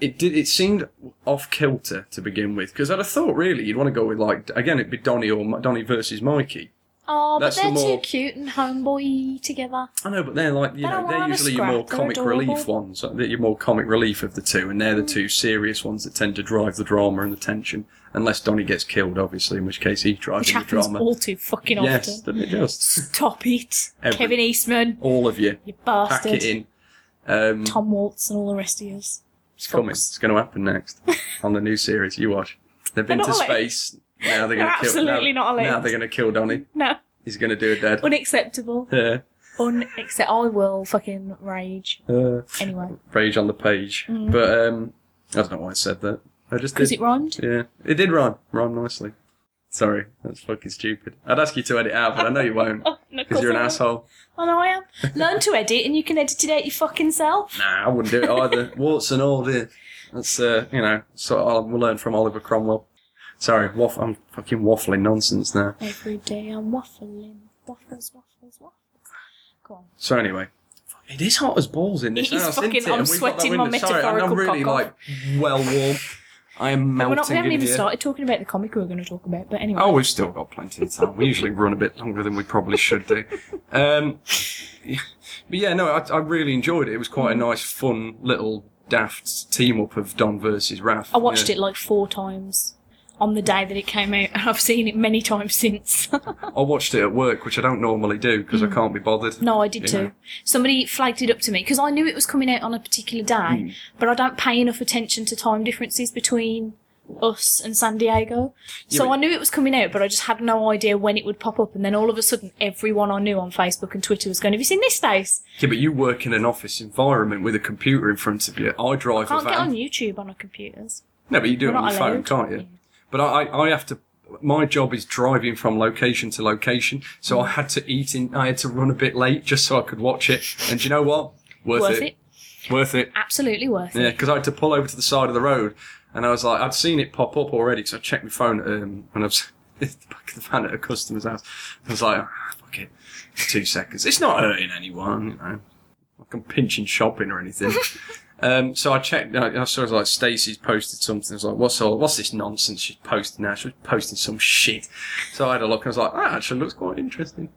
it did it seemed off kilter to begin with because I'd have thought really you'd want to go with like again it'd be Donnie or Donnie versus Mikey.
Oh, but
That's the
they're
more-
too cute and homeboy together.
I know, but they're like you
They
know
don't
they're
want to
usually your
scrap,
more
they're
comic
adorable.
relief ones. Like, they're your more comic relief of the two, and they're the two serious ones that tend to drive the drama and the tension. Unless Donnie gets killed, obviously, in which case he's driving
Which
the
happens
drama.
all too fucking
yes,
often.
that it does.
Stop it.
Every-
Kevin Eastman,
All of you,
you
pack
bastard.
it in. Um,
Tom Waltz and all the rest of us.
it's coming. It's going to happen next on the new series. You watch. They've been
They're
to
not allowed.
space. Now they're
They're
going to kill.
absolutely
now,
not allowed.
Now they're going to kill Donnie.
No.
He's going to do a dead.
Unacceptable.
Yeah.
Unacceptable. I will fucking rage.
Uh,
Anyway.
rage on the page. But um, I don't know why I said that. I just
Mm. Because
did.
it rhymed?
Yeah, it did rhyme. Rhyme nicely. Sorry, that's fucking stupid. I'd ask you to edit out, but I know you won't.
Oh, no, of
Because you're an
course
asshole.
I know I am. Learn to edit and you can edit it out your fucking self.
Nah, I wouldn't do it either. Warts and all, dear. That's, uh, you know, so I'll we'll learn from Oliver Cromwell. Sorry, waff- I'm fucking waffling nonsense now.
Every day I'm waffling. Waffles, waffles, waffles. Go on.
So anyway, fuck, it is hot as balls in this
It is
house,
fucking-
isn't it?
I'm
And we've got that
sweating my
window- Sorry, and I'm
metaphorical
really,
cock off.
like, well warm. I am melting
We're not, we haven't
in
even
here.
started talking about the comic we were going to talk about, but anyway.
Oh, we've still got plenty of time. We usually run a bit longer than we probably should do. Um, yeah. but yeah, no, I, I really enjoyed it. It was quite a nice, fun little daft team up of Don versus Raph.
I watched it like four times on the day that it came out, and I've seen it many times since.
I watched it at work, which I don't normally do because I can't be bothered.
Hmm. no, I did
You
too.
know.
Somebody flagged it up to me because I knew it was coming out on a particular day,
Hmm.
but I don't pay enough attention to time differences between us and San Diego. so
but-
I knew it was coming out, but I just had no idea when it would pop up. And then all of a sudden, everyone I knew on Facebook and Twitter was going, Have you seen this face?
Yeah, but you work in an office environment with a computer in front of you. I drive
Can't
a van.
get on YouTube on our computers.
No, but you do
We're
it on
not
your phone,
allowed.
can't you? But I, I, I have to. My job is driving from location to location, so I had to eat in. I had to run a bit late just so I could watch it. And do you know what? Worth,
Worth
it.
it.
Worth it.
Absolutely worth
Yeah,
it.
because I had to pull over to the side of the road, and I was like, I'd seen it pop up already, so I checked my phone um, when I was at the back of the van at a customer's house. I was like, ah, fuck it, It's two seconds. It's not hurting anyone, you know. Like I'm pinching shopping or anything. um, so I checked. I, I saw like Stacey's posted something. I was like, what's all? What's this nonsense she's posting now? She's posting some shit. So I had a look. and I was like, "Ah, that actually looks quite interesting.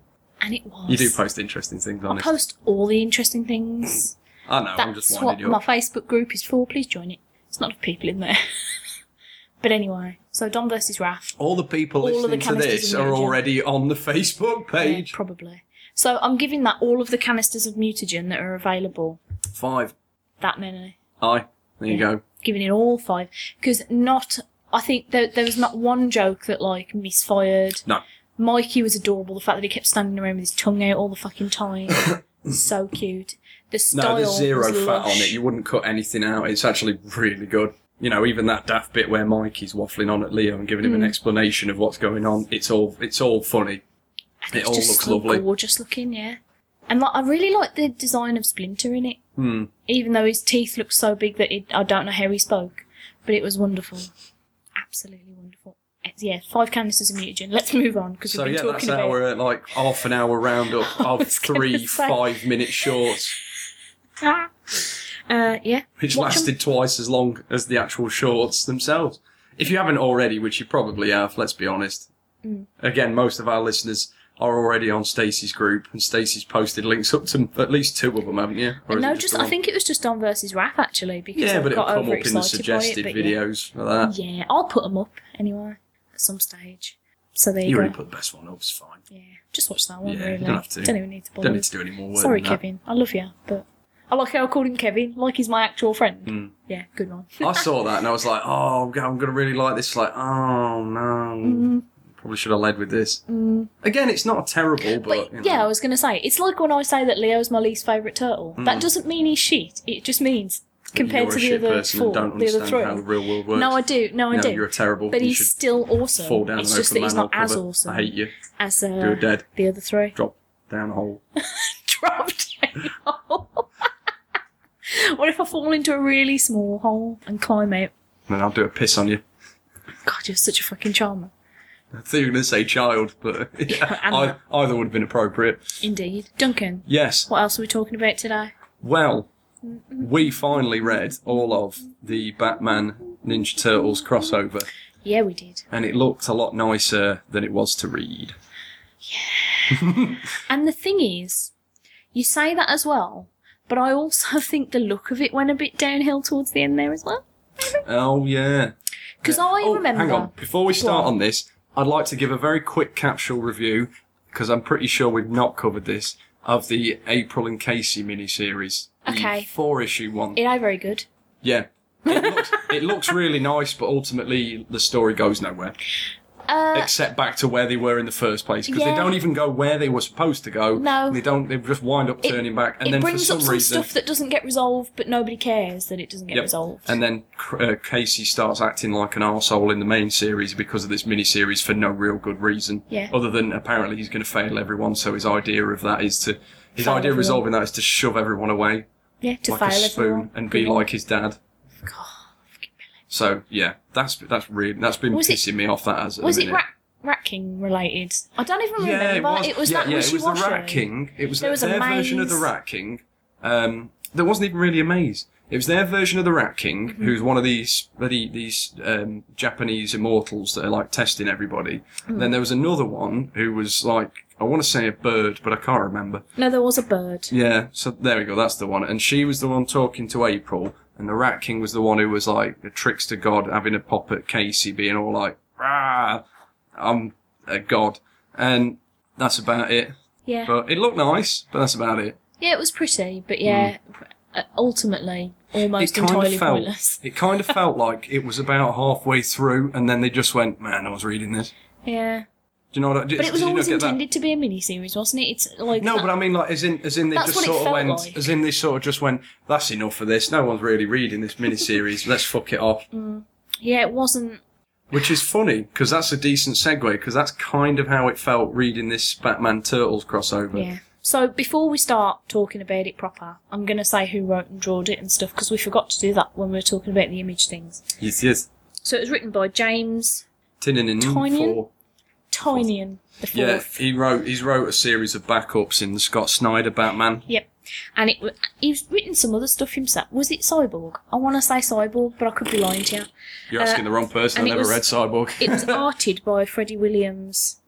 And it was.
You do post interesting things,
I
honest.
post all the interesting things.
I know. I'm just
That's what
winding you
my
up.
Facebook group is for. Please join it. It's not of people in there. but anyway, so Don versus Raph.
All the people
All of the
listening to
canisters
this
in
are
Legion.
already on the Facebook
Yeah,
page.
probably. So I'm giving that all of the canisters of mutagen that are available.
Five.
That many.
Aye. There you go.
Giving it all five. Because not. I think there, there was not one joke that, like, misfired.
No.
Mikey was adorable. The fact that he kept standing around with his tongue out all the fucking time. so cute. The
No,
style.
there's zero
was
fat on
lush.
it. You wouldn't cut anything out. It's actually really good. You know, even that daft bit where Mikey's waffling on at Leo and giving him an
Hmm.
explanation of what's going on. It's all it's all funny.
And
It
it's
all
just
looks
so
lovely.
gorgeous looking, yeah. And like, I really like the design of Splinter in it.
Hmm.
Even though his teeth look so big that it, I don't know how he spoke, but it was wonderful, absolutely wonderful. Eh, Yeah, five canisters of mutagen. Let's move on because
So
we've
yeah,
been
that's
talking about.
our uh, like half an hour roundup of
was gonna
three
say.
five minute shorts,
Ah. Uh, yeah.
which
Watch 'em.
lasted twice as long as the actual shorts themselves. If you haven't already, which you probably have, let's be honest.
Mm.
Again, most of our listeners are already on Stacey's group, and Stacey's posted links up to at least two of them, haven't you? Or is it
No, just
the
I
one?
think it was just Don versus Raph actually because
Yeah,
I
but it'll
got
come up in the
overexcited by it,
suggested
but
videos for
Yeah.
that.
yeah, I'll put them up anyway at some stage. So there you,
You
go.
already put the best one up, it's fine.
yeah, just watch that one.
Yeah, you
really.
don't have to.
Don't even need to bother.
Don't need to do any more work.
Sorry,
than that.
Kevin. I love you, but I like how I called him Kevin, like he's my actual friend. Yeah, good one.
Hmm. I saw that and I was like, oh, God, I'm going to really like this. Like, oh, no.
Mm-hmm.
Probably should have led with this. Again, it's not terrible, but.
But
you know. Hmm.
yeah, I was going to say it's like when I say that Leo's my least favourite turtle. That doesn't mean he's shit. It just means compared
You're a
to the
shit
other
person
four,
and don't
the other
understand
three.
how the real world works.
no, I do. No, I
No,
do.
you're terrible.
But
You
he's
should
still awesome.
Fall down
it's
an
just
open
that he's
manhole
not as
cover.
awesome
I hate you.
as uh,
Do a dead.
the other three.
Drop down a hole.
Drop down. what if I fall into a really small hole and climb out?
And then I'll do a piss on you.
God, you're such a fucking charmer.
I thought you were going to say child, but yeah,
And-
ei- either would have been appropriate.
Indeed. Duncan,
Yes.
what else are we talking about today?
Well, we finally read all of the Batman Ninja Turtles crossover,
Yeah, we did.
and it looked a lot nicer than it was to read.
And the thing is, you say that as well, but I also think the look of it went a bit downhill towards the end there as well.
Oh yeah.
Because I
Oh,
remember.
Hang on, before we start
on.
on this, I'd like to give a very quick capsule review because I'm pretty sure we've not covered this of the April and Casey miniseries. the
Okay.
Four issue one.
It ain't very good.
yeah. It looks, it looks really nice, but ultimately the story goes nowhere.
Uh,
Except back to where they were in the first place, because
Yeah.
they don't even go where they were supposed to go.
No.
they don't. They just wind up
It-
turning back, and
it
then for
brings
some
up some
reason,
stuff that doesn't get resolved, but nobody cares that it doesn't get
Yep.
resolved.
And then C- uh, Casey starts acting like an arsehole in the main series because of this miniseries for no real good reason.
Yeah.
Other than apparently he's going to fail everyone, so his idea of that is to. His idea
Fail
of
everyone.
resolving that is to shove everyone away
yeah, to
like
fail
a spoon
everyone.
and be
Good one.
like his dad. So yeah, that's that's really that's been
Was it-
pissing me off. That as
Was
a
it
minute.
Rat, rat King related? I don't even
Yeah,
remember.
it was. yeah,
that
yeah, it was the
wishy-washy.
Rat King. It was,
There was a
their version of the
maze.
Rat King. Um, there wasn't even really a maze. It was their version of the Rat King,
Mm-hmm.
who's one of these bloody these um, Japanese immortals that are like testing everybody.
Mm.
Then there was another one who was like I want to say a bird, but I can't remember.
No, there was a bird.
Yeah, so there we go. That's the one. And she was the one talking to April, and the Rat King was the one who was like a trickster god, having a pop at Casey, being all like, "Ah, I'm a god," and that's about it.
Yeah.
But it looked nice, but that's about it.
Yeah, it was pretty, but yeah, uh ultimately, almost
Mm. it kind
entirely
of felt,
pointless.
it kind of felt like it was about halfway through, and then they just went, "Man, I was reading this." Do
Yeah.
you know what? I, did,
But it was
did
always
you not get that?
intended to be a miniseries, wasn't it? It's like
No, but I mean, like, as in, as in, they
That's
just
what it
sort of
felt
went,
like.
as in, they sort of just went, that's enough of this. No one's really reading this miniseries. Let's fuck it off.
yeah, it wasn't.
Which is funny because that's a decent segue because that's kind of how it felt reading this Batman Turtles crossover.
Yeah. So before we start talking about it proper, I'm gonna say who wrote and drawed it and stuff because we forgot to do that when we were talking about the image things.
Yes, yes.
So it was written by James
Tinin
Tynion?
for
Tynion the
yeah,
fourth.
he wrote he's wrote a series of backups in the Scott Snyder Batman.
Yep. And it wa- he's written some other stuff himself. Was it Cyborg? I want to say Cyborg, but I could be lying to you.
You're
Uh,
asking the wrong person. I
and it
never
was-
read Cyborg.
It was arted by Freddie Williams.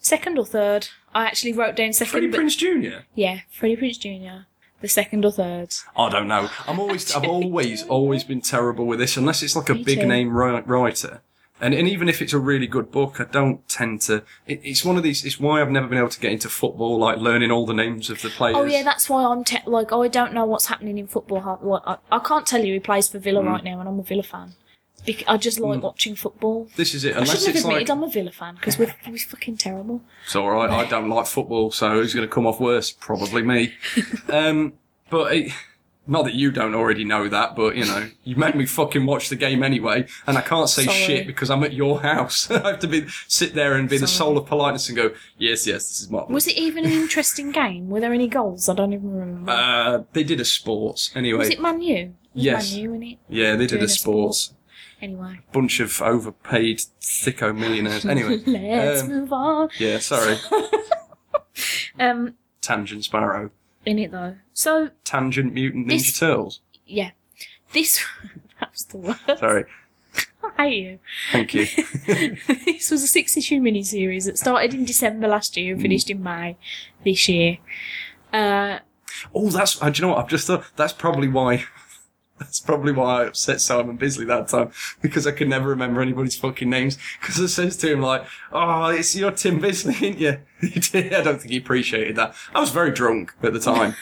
Second or third? I actually wrote down second.
Freddie
but
Prince Jr.
Yeah, Freddie Prince Jr. The second or third.
I don't know. I'm always, I've always, always been terrible with this, unless it's like a
Me
big
too.
name ri- writer. And, and even if it's a really good book, I don't tend to. It, it's one of these. It's why I've never been able to get into football, like learning all the names of the players.
Oh yeah, that's why I'm te- like I don't know what's happening in football. How- What I, I can't tell you who plays for
Mm.
Villa right now, and I'm a Villa fan. Bec- I just like watching football.
This is it.
I
Mm. Unless
shouldn't
it's
have admitted
like
I'm a Villa fan because we're, we're fucking terrible.
It's all right. I don't like football, so who's going to come off worse? Probably me. Um, but it, not that you don't already know that, but you know, you made me fucking watch the game anyway, and I can't say
Sorry.
shit because I'm at your house. I have to be sit there and be the soul of politeness and go, yes, yes, this is my.
Was it even an interesting game? Were there any goals? I don't even remember.
Uh, they did a sports anyway.
was it Man U? Was
yes.
Man U in it.
yeah, they did
Doing
a
a sport.
sports.
Anyway,
Bunch of overpaid sicko millionaires. Anyway,
let's
um,
move on.
yeah, sorry,
Um,
Tangent Sparrow,
in it though. So
Tangent Mutant Ninja
This-
Turtles.
yeah, this that was the worst.
Sorry,
I hate you.
thank you.
this was a six issue miniseries that started in December last year and finished in May this year. Uh,
Oh, that's. Uh, do you know what? I've just thought that's probably why. That's probably why I upset Simon Bisley that time because I could never remember anybody's fucking names. Because I says to him like, "Oh, it's you're Tim Bisley, ain't you?" He did- I don't think he appreciated that. I was very drunk at the time.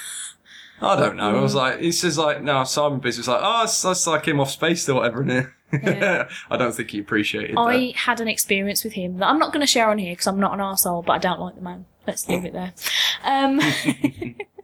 I don't know. I
Mm.
was like, he says like, "No, Simon Bisley was like, oh, it's, that's like him off space or whatever." Innit?
Yeah.
I don't think he appreciated that.
I had an experience with him that I'm not going to share on here because I'm not an arsehole, but I don't like the man. Let's leave it there. Um,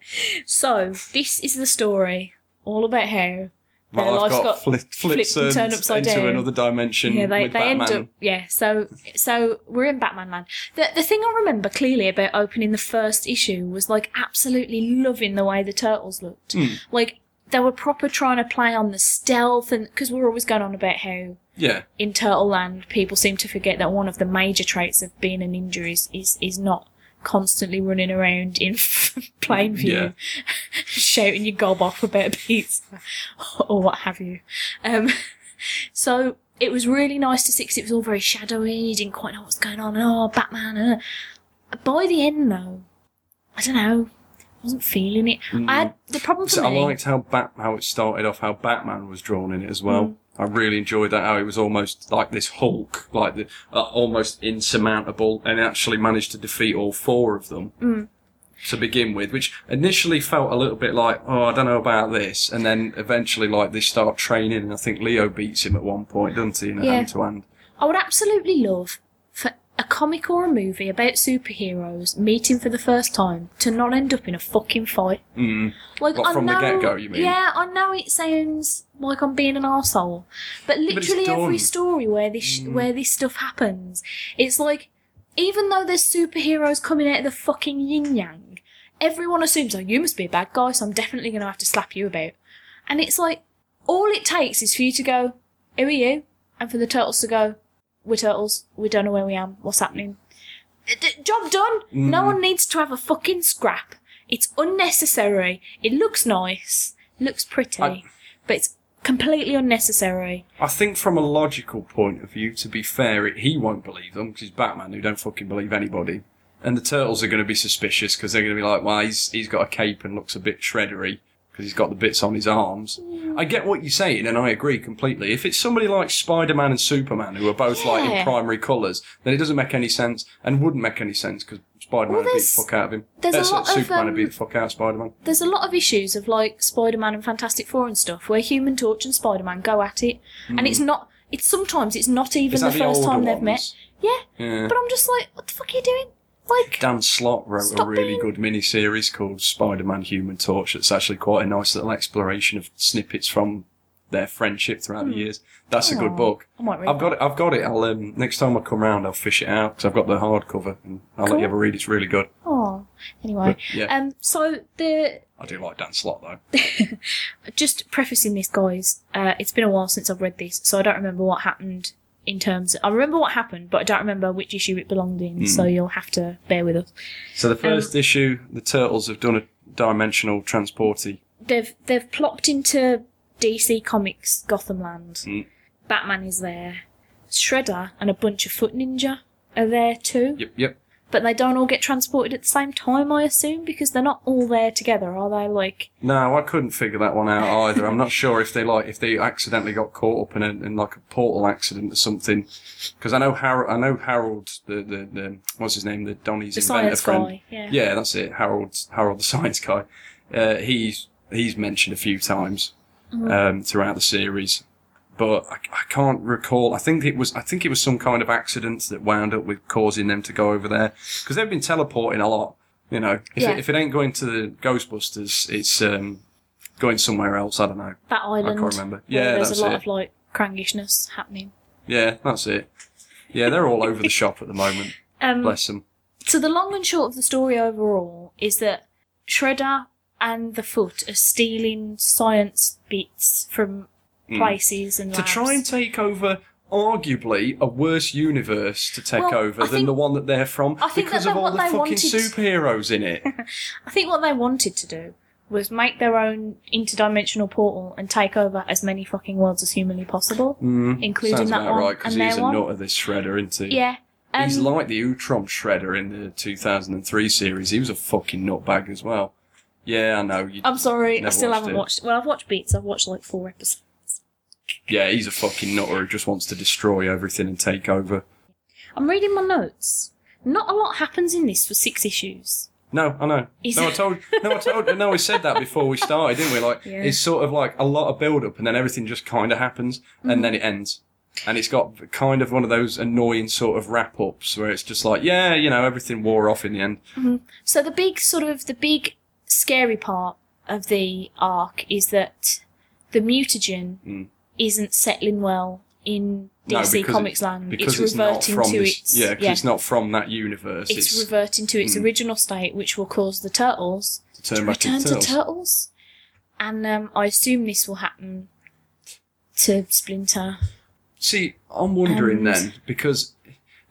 so, this is the story all about how
My
their
life
life's
got,
got
flipped, flipped,
flipped and turned
um,
upside
into
down.
another dimension
Yeah, they,
with
they
Batman.
end up. Yeah, so so we're in Batman land. The the thing I remember clearly about opening the first issue was like absolutely loving the way the turtles
Hmm.
looked. Like they were proper trying to play on the stealth, and because we were always going on about how
Yeah.
in Turtle Land, people seem to forget that one of the major traits of being a ninja is is, is not constantly running around in plain view,
Yeah.
shouting your gob off about pizza or what have you. Um, so it was really nice to see 'cause it was all very shadowy. You didn't quite know what was going on. and, Oh, Batman! Uh. By the end, though, I don't know. I wasn't feeling it. I had the problem for
So I
me.
liked how Bat- how it started off, how Batman was drawn in it as well.
Hmm.
I really enjoyed that how it was almost like this Hulk, like the uh, almost insurmountable, and actually managed to defeat all four of them
Hmm.
to begin with, which initially felt a little bit like, oh, I don't know about this, and then eventually like they start training, and I think Leo beats him at one point, doesn't he, in a
Yeah.
hand to hand.
I would absolutely love for a comic or a movie about superheroes meeting for the first time to not end up in a fucking fight. Mm. Like
What,
I
from the
know,
get-go, you mean?
Yeah, I know it sounds like I'm being an arsehole, but
it's
literally every
done. Mm.
story where this sh where this stuff happens, it's like even though there's superheroes coming out of the fucking yin yang, everyone assumes, oh, you must be a bad guy, so I'm definitely going to have to slap you about. And it's like, all it takes is for you to go, who are you? And for the turtles to go, we're turtles, we don't know where we am, what's happening. D- d- job done!
Mm.
No one needs to have a fucking scrap. It's unnecessary. It looks nice, looks pretty,
I-
but it's completely unnecessary.
I think from a logical point of view, to be fair, it, he won't believe them because he's Batman, who don't fucking believe anybody. And the turtles are going to be suspicious because they're going to be like, "Well, he's he's got a cape and looks a bit shreddery because he's got the bits on his arms." I get what you're saying, and I agree completely. If it's somebody like Spider-Man and Superman who are both like
Yeah.
in primary colours, then it doesn't make any sense and wouldn't make any sense because Spider-Man
Well,
would beat the
there's-
fuck out of him.
there's a
Uh, so-
lot of,
Superman would beat
um,
the fuck out of Spider-Man.
there's a lot of issues of like Spider-Man and Fantastic Four and stuff where Human Torch and Spider-Man go at it, and it's not. It's sometimes it's not even
Mm. Is
the
that the
first
older
time they've met.
ones?
Yeah,
Yeah.
but I'm just like, what the fuck are you doing? Like,
Dan Slott wrote
Stop
a really
being-
good mini-series called Spider-Man Human Torch that's actually quite a nice little exploration of snippets from their friendship throughout the years. That's a
Aw,
good book.
Hmm. Oh, I might read
I've got it. I've got it. I'll um, next time I come round, I'll fish it out because I've got the hardcover and I'll let
Cool.
you have a read. It's really good.
oh, anyway.
But, yeah.
Um, so the
I do like Dan Slott though.
just prefacing this, guys. Uh, it's been a while since I've read this, so I don't remember what happened in terms. I remember what happened, but I don't remember which issue it belonged in. So
Mm.
you'll have to bear with us.
So the first issue, the Turtles have done a dimensional transporty.
they've they've plopped into DC Comics Gotham Land.
Hmm.
Batman is there. Shredder and a bunch of Foot Ninja are there too.
Yep, yep.
But they don't all get transported at the same time, I assume, because they're not all there together, are they? Like,
No, I couldn't figure that one out either. I'm not sure if they like if they accidentally got caught up in, a, in like a portal accident or something. Because I know Harold, I know Harold, the the, the what's his name, the Donny's
The
inventor
science
friend.
guy, yeah.
that's it. Harold, Harold the science guy. Uh, he's he's mentioned a few times um, throughout the series, but I, I can't recall. I think it was I think it was some kind of accident that wound up with causing them to go over there because they've been teleporting a lot. You know, if,
Yeah.
it, if it ain't going to the Ghostbusters, it's um, going somewhere else. I don't know.
that island.
remember.
where
Yeah,
There's
that's
a lot
it.
of, like, crangishness happening.
Yeah, that's it. Yeah, they're all over the shop at the moment.
Um,
Bless them.
so the long and short of the story overall is that Shredder and the Foot are stealing science bits from places and
Hmm. To try
labs.
and take over arguably a worse universe to take
Well,
over
I
than
think-
the one that they're from
I think
because
that
of all
what
the
they
fucking
wanted-
superheroes in it.
I think what they wanted to do was make their own interdimensional portal and take over as many fucking worlds as humanly possible, including
Mm-hmm. Sounds
that
about
one
right because
and their
he's a
one.
nut of this shredder, isn't he?
Yeah. Um,
He's like the Utrom Shredder in the 2003 series. He was a fucking nutbag as well. Yeah, I know. You,
I'm sorry, I
Never
still
watched
haven't
it.
watched. Well, I've watched Beats. I've watched like four episodes.
yeah, he's a fucking nutter who just wants to destroy everything and take over.
I'm reading my notes. Not a lot happens in this for six issues.
No, I know.
He's-
No, I told. No, I told. No, we said that before we started, didn't we? Like,
Yeah.
it's sort of like a lot of build-up, and then everything just kind of happens,
Mm-hmm.
and then it ends. And it's got kind of one of those annoying sort of wrap-ups where it's just like, yeah, you know, everything wore off in the end.
So the big sort of the big scary part of the arc is that the mutagen isn't settling well in
Mm.
DC
because it-
Comics land.
because
It's reverting
not from
to
this,
its
yeah, 'cause it's not from that universe.
it's, reverting to
Hmm.
its original state, which will cause the turtles
turn
to
back to
return to
turtles.
turtles. And um, I assume this will happen to Splinter.
See, I'm wondering
And-
then because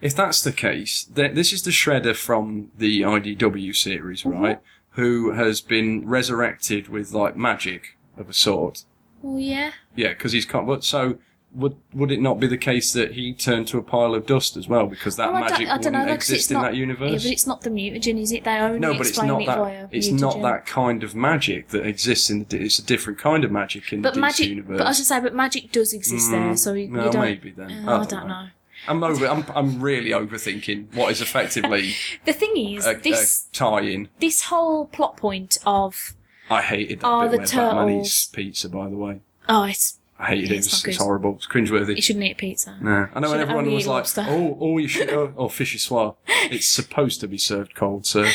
if that's the case, th- this is the Shredder from the IDW series,
Mm-hmm.
right? Who has been resurrected with like magic of a sort?
Well, yeah.
Yeah, because he's can't. But so would would it not be the case that he turned to a pile of dust as well? Because that
Well, Oh, I
magic
don't, I don't
wouldn't
know, 'cause it's
exist in
not,
that universe.
Yeah, but it's not the mutagen, is it? They only
no, but it's
explain
not
it via
that. It's not
mutagen.
that kind of magic that exists in. The, di- it's a different kind of magic in
But
the DC
magic,
universe. Mm,
but I should say, but magic does exist there, so you,
well,
you don't.
maybe then.
Uh, I, don't know.
I'm over. I'm, I'm really overthinking what is effectively
The thing is,
a,
this
a tie-in.
this whole plot point of
I hated that
Oh,
bit
the
where Batman
turtles.
eats pizza. By the way,
oh, it's,
I hated it. It
It's
was,
not
it's
good.
horrible. It's cringeworthy.
you shouldn't eat pizza.
Nah. I know when
Shouldn't
everyone
only
was
eat
like,
lobster.
"Oh, oh, you should," oh, or "Fishy soir." It's supposed to be served cold, sir.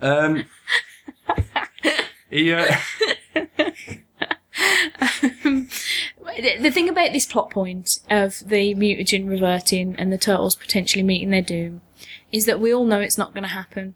Um, uh, yeah,
The the thing about this plot point of the mutagen reverting and the turtles potentially meeting their doom is that we all know it's not going to happen.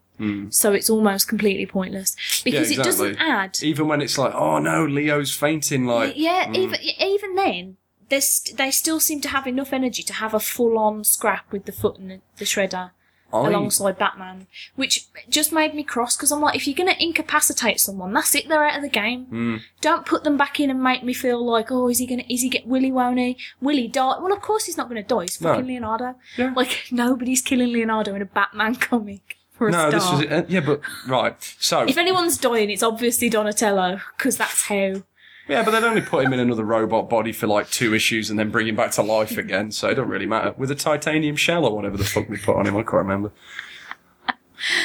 So it's almost completely pointless because
Hmm. Yeah,
it doesn't
exactly.
add.
even when it's like, "Oh no, Leo's fainting," like, hmm.
yeah, even even then, they st- they still seem to have enough energy to have a full on scrap with the foot and the, the shredder.
I-
alongside Batman, which just made me cross because I'm like, if you're going to incapacitate someone, that's it. They're out of the game.
Hmm.
Don't put them back in and make me feel like, oh, is he going to? Is he get Willy? Won't he? Will he die? Well, of course he's not going to die. He's
No.
fucking Leonardo.
Yeah.
Like nobody's killing Leonardo in a Batman comic for a
no,
start.
this was it. Uh, yeah, but right. So
If anyone's dying, it's obviously Donatello because that's how.
Yeah, but they'd only put him in another robot body for like two issues and then bring him back to life again, so it don't really matter. With a titanium shell or whatever the fuck we put on him, I can't remember.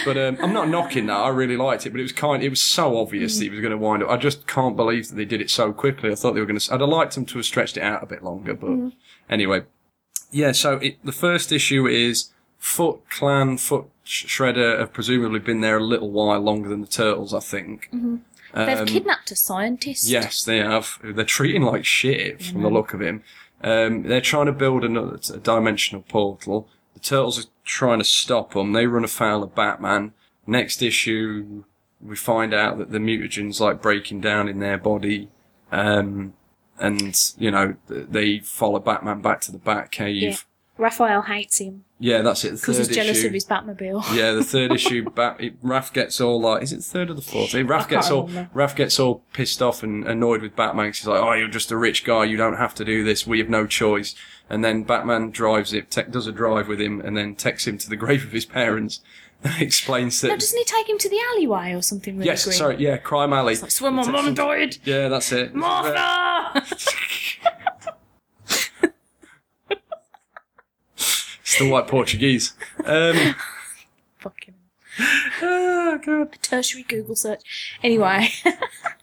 But um, I'm not knocking that. I really liked it, but it was kind. It was so obvious that he was going to wind up. I just can't believe that they did it so quickly. I thought they were going to. I'd have liked them to have stretched it out a bit longer, but anyway. Yeah. So it, the first issue is Foot Clan Foot Sh- Shredder have presumably been there a little while longer than the Turtles, I think.
They've kidnapped a scientist.
Um, Yes, they have. They're treating like shit from the look of him. Um, they're trying to build another a dimensional portal. The turtles are trying to stop them. They run afoul of Batman. Next issue, we find out that the mutagen's like breaking down in their body. Um, and, you know, th- they follow Batman back to the Batcave.
Yeah.
Yeah,
Raphael hates him
yeah that's it. The
because he's
third
jealous
issue.
of his Batmobile.
Yeah, the third issue, Bat- Raph gets all like, is it the third or the fourth? Raph
can't
gets all,
remember.
Raph gets all pissed off and annoyed with Batman. 'cause He's like, oh, you're just a rich guy. You don't have to do this. We have no choice. And then Batman drives it, te- does a drive with him, and then takes him to the grave of his parents. explains that.
No, doesn't he take him to the alleyway or something really
yes,
grim?
sorry, yeah, Crime Alley.
It's when my mum died.
Yeah, that's it.
Martha!
Still like Portuguese. Um,
Fucking
oh, God.
tertiary Google search. Anyway,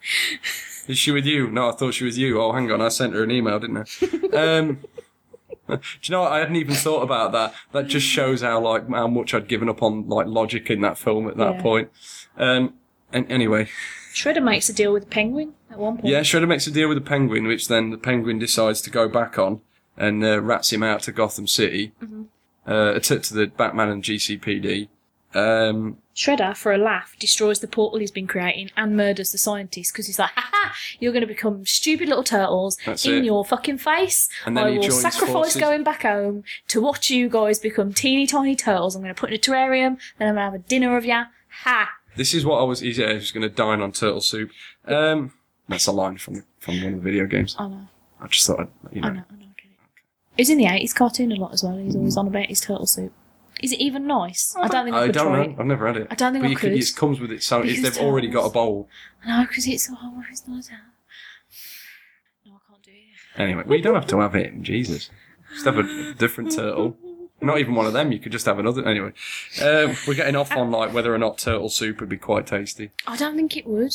Is she with you? No, I thought she was you. Oh, hang on, I sent her an email, didn't I? Um, do you know what? I hadn't even thought about that. That just shows how like how much I'd given up on like logic in that film at that
Yeah.
point. Um, and anyway,
Shredder makes a deal with the penguin at one point.
yeah, Shredder makes a deal with the Penguin, which then the Penguin decides to go back on and uh, rats him out to Gotham City,
Mm-hmm.
uh, to, to the Batman and GCPD. Um,
Shredder, for a laugh, destroys the portal he's been creating and murders the scientist because he's like, ha ha, you're going to become stupid little turtles
That's
in
it.
your fucking face.
And then
I
he
will
joins
sacrifice
forces."
going back home to watch you guys become teeny tiny turtles. I'm going to put in a terrarium, then I'm going to have a dinner of ya. Ha!
This is what I was. He's, yeah, he's going to dine on turtle soup. Um, that's a line from from one of the video games.
I know,
I just thought, I'd, you
Oh. I
know,
know, I know. I get it. It was in the 80s cartoon a lot as well. He's always on about his turtle soup. Is it even nice? I don't think I,
I
could
don't
try
know.
it.
I've never had it.
I don't think
but
I
you Can,
could.
it comes with its own. It's,
Because
they've already got
turtles-
a bowl.
No, because it's oh, it's not out. No, I can't do it.
Anyway, well, you don't have to have it. Jesus, just have a different turtle. Not even one of them. You could just have another. Anyway, um, we're getting off on like whether or not turtle soup would be quite tasty.
I don't think it would.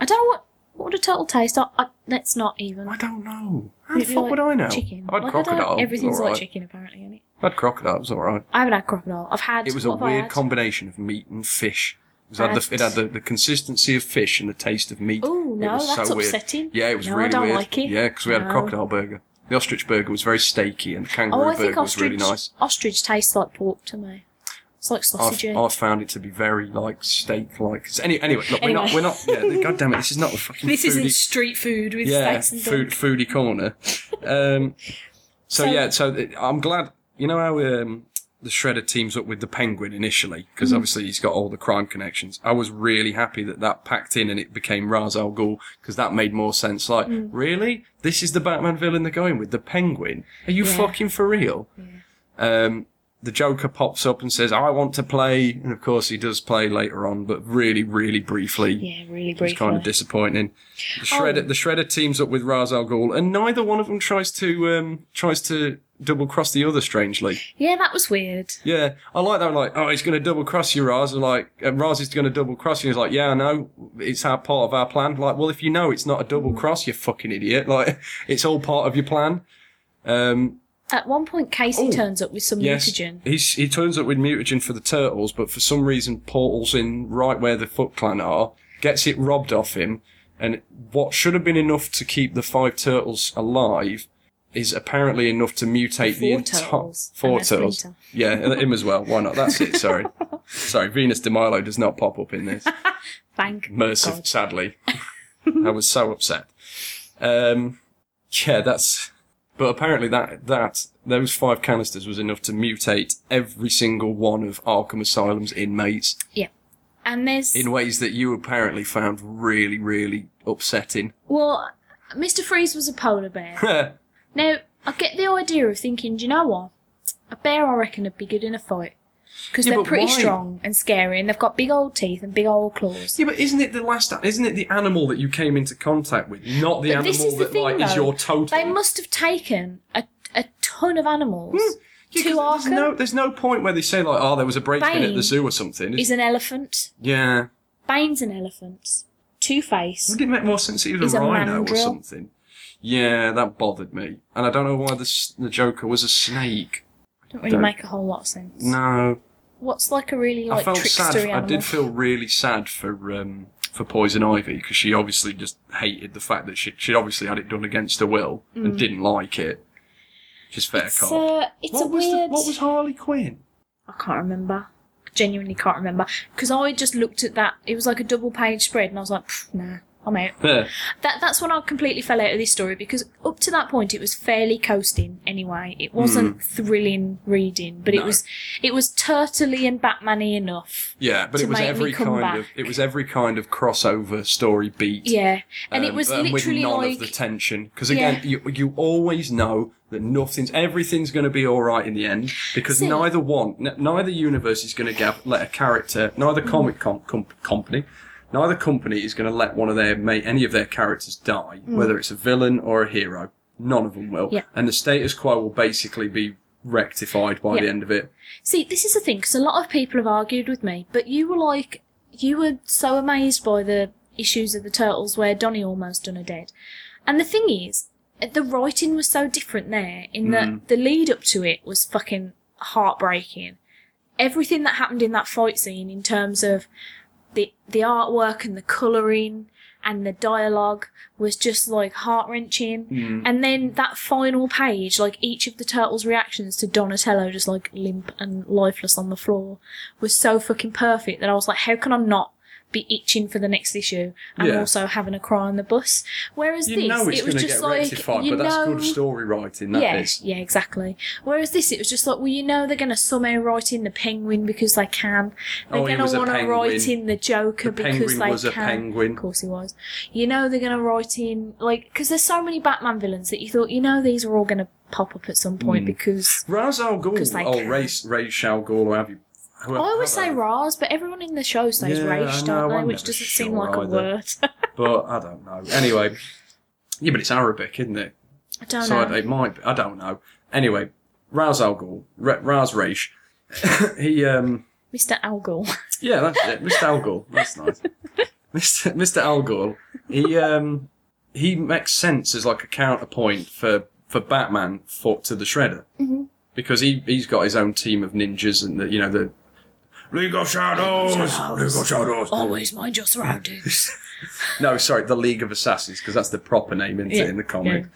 I don't know what what would a turtle taste. I, I, let's not even.
I don't know. How
Would
the
it be
fuck
like
would I know?
Chicken.
I had
Like, I don't-
crocodile. it was
everything's
all right.
like chicken, apparently, isn't it?
I had crocodile. It was all right.
I haven't had crocodile. I've had.
It was a
what have I
weird
had?
combination of meat and fish. It, was had the,
Right.
it had the, the consistency of fish and the taste of meat.
Ooh,
it
no,
was
that's
so weird.
upsetting.
Yeah, it was
No, I
really
don't
weird.
like it.
Yeah, because we had a
No.
crocodile burger. The ostrich burger was very steaky, and the kangaroo
Oh, I think
burger was
ostrich.
really nice.
Ostrich tastes like pork to me. It's like sausage.
I found it to be very like steak-like. So Any, anyway, look, we're not,
Anyway.
we're not. Yeah, God damn it, this is not a fucking.
this
foodie,
isn't street food with
yeah,
steaks and
food,
dog.
foodie corner. Um, So,
So-
yeah, so th- I'm glad. You know how um, the Shredder teams up with the Penguin initially
Mm-hmm.
because obviously he's got all the crime connections. I was really happy that that packed in and it became Ra's al Ghul because that made more sense. Like,
Mm.
really, this is the Batman villain they're going with the Penguin? Are you
Yeah.
fucking for real? Um, the Joker pops up and says, "I want to play," and of course he does play later on, but really, really briefly.
Yeah, really
It's
briefly.
kind of disappointing. The Shredder,
Oh.
the Shredder teams up with Ra's al Ghul, and neither one of them tries to um, tries to double cross the other. Strangely,
yeah, that was weird.
yeah, I like that. Like, oh, he's going to double cross you, Raz. And like, and Raz is going to double cross you. He's like, yeah, I know. It's our part of our plan. Like, well, if you know it's not a double cross, you fucking idiot. Like, it's all part of your plan. Um,
At one point, Casey
Oh.
turns up with some
Yes,
mutagen.
He's, he turns up with mutagen for the turtles, but for some reason portals in right where the Foot Clan are, gets it robbed off him, and what should have been enough to keep the five turtles alive is apparently enough to mutate the
Four
entire
turtles
four
and a
turtles.
splinter.
Yeah, and him as well. Why not? That's it. Sorry, sorry. Venus de Milo does not pop up in this.
Thank
Mercifully,
God.
sadly, I was so upset. Um, yeah, that's. But apparently, that that those five canisters was enough to mutate every single one of Arkham Asylum's inmates
Yeah. And there's
in ways that you apparently found really, really upsetting.
well, Mr. Freeze was a polar bear.
yeah,
now I get the idea of thinking, do you know what? A bear, I reckon, would be good in a fight because
Yeah,
they're
but
pretty
why?
strong and scary, and they've got big old teeth and big old claws.
but isn't it the last? Isn't it the animal that you came into contact with, not the
But
animal
this is the
that
thing,
like is
though.
your totem?
They must have taken a, a ton of animals.
Hmm. Yeah,
to
'cause
Arkham
there's no, there's no point where they say like, oh, there was a break-in at the
Bane
zoo or something.
is an elephant.
yeah.
Bane's an elephant. Two Face.
Would it make more sense that he was
He's
a
a
rhino or
mandrill.
something? Yeah, that bothered me, and I don't know why the s- the Joker was a snake.
Don't really
Don't-
make a whole lot of sense.
No,
What's like a really
I
like
felt
trickstery
sad.
animal?
I did feel really sad for um, for Poison Ivy because she obviously just hated the fact that she she obviously had it done against her will and didn't like it. She's fair
Mm. It's
cop.
a, it's
what
a
was the-
weird.
what was Harley Quinn?
I can't remember. I genuinely can't remember because I just looked at that. It was like a double page spread, and I was like, "Pfft, nah, I'm out.
Yeah.
That that's when I completely fell out of this story because up to that point it was fairly coasting anyway. It wasn't thrilling reading, but
Hmm. No.
it was it was turtly and Batman-y enough.
Yeah, but
To
it was
make me
every
come
kind
back.
of it was every kind of crossover story beat.
Yeah, and it
um,
was
and
literally
with none
like
of the tension because again, you you always know that nothing's everything's going to be all right in the end because
See-
neither one, n- neither universe is going to let a character, neither comic com- com- company, neither company is going to let one of their ma any of their characters die, whether it's a villain or a hero. None of them will,
Mm. Yeah.
and the status quo will basically be rectified by
Yeah.
the end of it.
See, this is the thing, because a lot of people have argued with me, but you were like, you were so amazed by the issues of the Turtles where Donnie almost done a dead. And the thing is, the writing was so different there, in that the lead up to it was fucking heartbreaking. Everything that happened in that fight scene, in terms of the the artwork and the colouring and the dialogue, was just like heart wrenching. And then that final page, like each of the turtles' reactions to Donatello just like limp and lifeless on the floor, was so fucking perfect that I was like, how can I not be itching for the next issue and
Yeah.
also having a cry on the bus? Whereas
You
this,
know it's
it was
going to
just
get
like
rectified,
you
but that's
know,
good story writing. That
yeah,
is.
yeah, exactly. Whereas this, it was just like, well, you know, they're going to somehow write in the penguin because they can. They're
Oh, he
going
was a
to want to
penguin.
write in the Joker
The
because
penguin
they
was a
can.
penguin.
Of course, he was. You know, they're going to write in like because there's so many Batman villains that you thought, you know, these are all going to pop up at some
Hmm.
point because
Ra's al Ghul,
'Cause they
oh,
can.
Ray, Ray Shal Ghul, or have you? whoever-
I always say
however.
Raz, but everyone in the show says
Yeah, I
Raish,
know,
don't they?
I'm
Which
never
doesn't seem
sure
like a
either.
word.
but I don't know. Anyway, yeah, but it's Arabic, isn't it?
I don't
so
know.
it might. Be, I don't know. Anyway, Raz Al Ghul, Ra- Raz Raish. he, um,
Mr. Al Ghul.
yeah, that's it. Mr. Al Ghul, that's nice. Mr. Mr. Al Ghul, he, um, he makes sense as like a counterpoint for for Batman for to the Shredder because he he's got his own team of ninjas and the, you know the. Legal shadows, legal shadows.
Always mind your surroundings.
No, sorry, the League of Assassins, because that's the proper name, isn't
Yeah,
it, in the comic?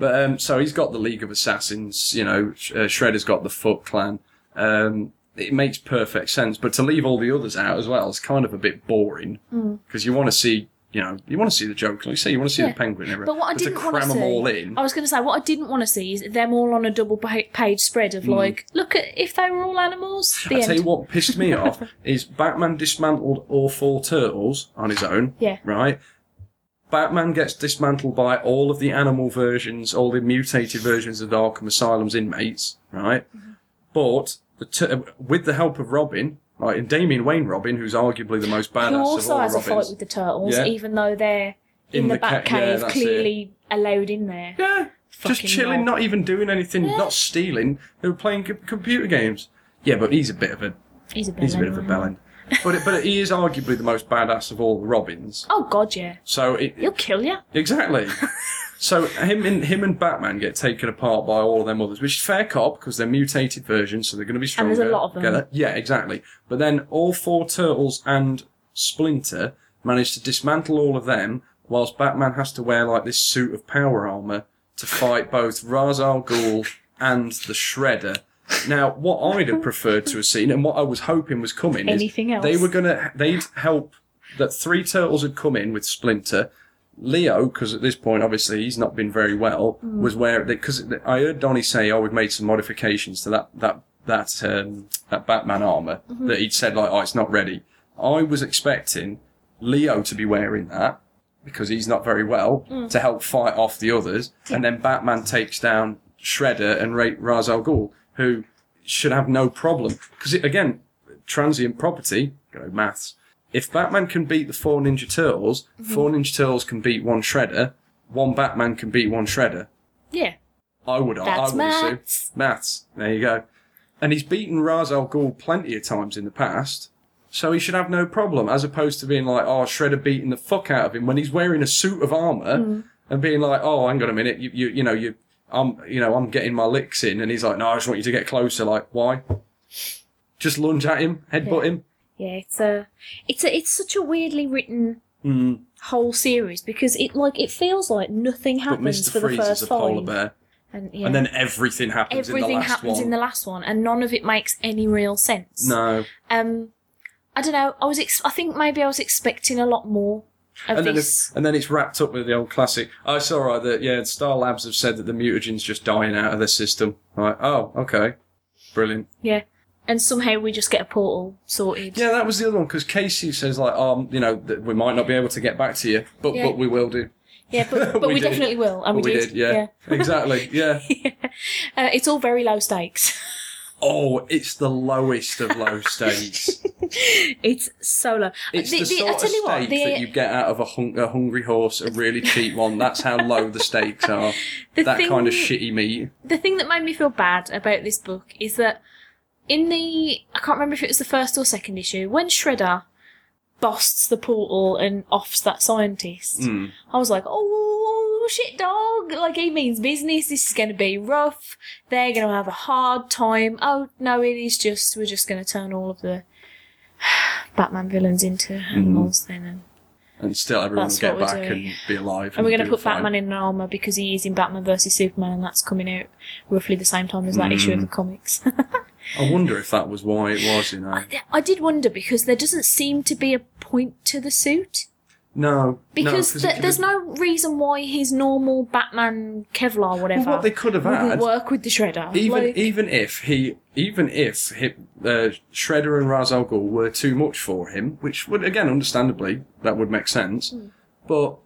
But um, so he's got the League of Assassins. You know, Sh- uh, Shredder's got the Foot Clan. Um, it makes perfect sense, but to leave all the others out as well is kind of a bit boring because you want to see you know, you want to see the Joker, like you say, you want to see
Mm. Yeah.
the Penguin. and everything,
But what I
to
didn't want
cram
to see,
them all in.
I was going to say, what I didn't want to see is them all on a double pa- page spread of like, look at if they were all animals. The
I
end.
Hmm. tell you what pissed me off is Batman dismantled all four turtles on his own.
Yeah.
Right. Batman gets dismantled by all of the animal versions, all the mutated versions of Arkham Asylum's inmates. Right.
Mm-hmm.
But the tur- with the help of Robin, like and Damian Wayne Robin, who's arguably the most badass
Who
of
also
all
has
Robins.
a fight with the turtles,
Yeah.
even though they're in,
In
the,
the
back
ca- yeah,
cave,
that's it.
clearly allowed in there.
Yeah, just
Fucking
chilling,
knob.
not even doing anything,
Yeah.
not stealing. They were playing co- computer games. Yeah, but he's a bit of a
He's a bit,
he's a bit of a bellend. But it, but he is arguably the most badass of all the Robins.
Oh god, yeah,
So it,
he'll kill you.
exactly. so him and him and Batman get taken apart by all of them others, which is fair cop because they're mutated versions, so they're going to be
And
stronger.
there's a lot of them.
Get that? Yeah, exactly. But then all four turtles and Splinter manage to dismantle all of them, whilst Batman has to wear like this suit of power armor to fight both Ra's al Ghul and the Shredder. Now, what I'd have preferred to have seen, and what I was hoping was coming, is
Anything else?
they were gonna they'd help that three turtles had come in with Splinter. Leo, because at this point, obviously, he's not been very well, was where because I heard Donnie say, "Oh, we've made some modifications to that that that um, that Batman armor that he'd said like, oh, it's not ready." I was expecting Leo to be wearing that because he's not very well to help fight off the others, and then Batman takes down Shredder and Ra- Ra's al Ghul, who should have no problem because again, transient property, go maths. If Batman can beat the four Ninja Turtles,
Mm-hmm.
four Ninja Turtles can beat one Shredder, one Batman can beat one Shredder.
Yeah,
I would, I
That's
would
maths.
assume. Maths. There you go. And he's beaten Ra's al Ghul plenty of times in the past, so he should have no problem, as opposed to being like, oh, Shredder beating the fuck out of him when he's wearing a suit of armour
Mm.
and being like, oh, hang on a minute, you, you, you know, you, I'm, you know, I'm getting my licks in, and he's like, no, I just want you to get closer. Like, why? Just lunge at him, headbutt him.
yeah. It's a, it's a, it's such a weirdly written
Hmm.
whole series because it like it feels like nothing
But
happens
Mr.
for the
Freeze is
first
a polar
five,
bear,
and, yeah.
and then everything happens in the
everything
last
happens
one.
in the last one, and none of it makes any real sense.
no,
Um, I don't know. I was, ex- I think maybe I was expecting a lot more of
and then,
this.
it's, and then it's wrapped up with the old classic. Oh, it's all right. That yeah, Star Labs have said that the mutagen's just dying out of their system. Like, oh, okay, brilliant.
yeah, and somehow we just get a portal sorted.
Yeah, that was the other one because Casey says like, um, you know, that we might not be able to get back to you, but
Yeah.
but we will do.
Yeah, but, but
We
we,
did.
definitely will, and
But
we, did.
yeah, exactly, yeah.
Uh, it's all very low stakes.
Oh, it's the lowest of low stakes.
it's so low.
It's the,
The- the- I
sort of
tell you
steak
what, the-
that you get out of a, hung- a hungry horse, a really cheap one. That's how low the stakes are.
The
that kind of
thing-
shitty meat.
the thing that made me feel bad about this book is that in the I can't remember if it was the first or second issue when Shredder busts the portal and offs that scientist.
Hmm.
I was like, oh shit, dog! Like he means business. This is going to be rough. They're going to have a hard time. Oh no, it is just we're just going to turn all of the Batman villains into
Hmm.
animals then, and,
And still, everyone
That's
will get
what we're
back
doing.
and be alive.
and we're going to
do
put
fine.
Batman in an armor because he is in Batman versus Superman, and that's coming out roughly the same time as
Hmm.
that issue of the comics.
I wonder if that was why it was, you know.
I- I did wonder because there doesn't seem to be a point to the suit
No.
because
no,
th- there's no reason why his normal Batman Kevlar whatever
Well, what they could have
wouldn't
had-
work with the shredder.
Even
Like,
even if he even if he, uh, Shredder and Ra's al Ghul were too much for him, which would again understandably that would make sense,
Hmm.
but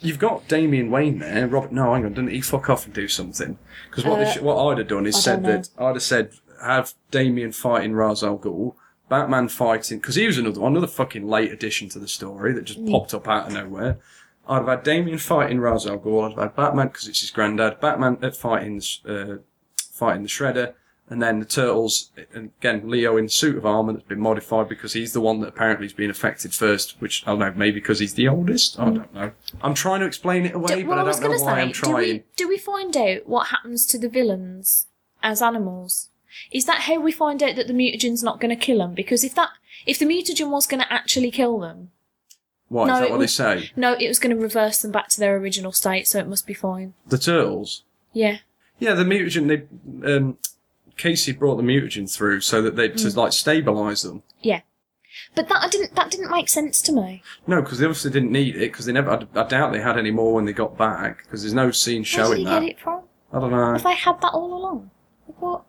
you've got Damian Wayne there. Robert, no, hang on, didn't he fuck off and do something? Because what they sh- what I'd have done is said
Uh, don't know.
that I'd have said have Damian fighting Ra's al Ghul. Batman fighting because he was another another fucking late addition to the story that
Hmm.
just popped up out of nowhere. I'd have had Damien fighting Ra's al Ghul. I'd have had Batman because it's his granddad. Batman uh, fighting uh, fighting the Shredder, and then the Turtles, and again, Leo in suit of armour that's been modified because he's the one that apparently has been affected first, which I don't know, maybe because he's the oldest? I don't know. I'm trying to explain it away,
d-
but
well,
I
was
don't know
gonna
why I'm
say, do
trying.
we do we find out what happens to the villains as animals? Is that how we find out that the mutagen's not going to kill them? Because if that if the mutagen was going to actually kill them,
Why?
No,
Is that
it
what they
was-
say?
no, it was going to reverse them back to their original state, so it must be fine.
The Turtles?
Yeah.
Yeah, the mutagen,
Mm.
they. Um, Casey brought the mutagen through so that they to like stabilize them.
Yeah. But that I didn't that didn't make sense to me.
No, because they obviously didn't need it because they never. I, I doubt they had any more when they got back because there's no scene
Where did
showing
you
that.
get it from?
I don't know.
If they had that all along, I thought,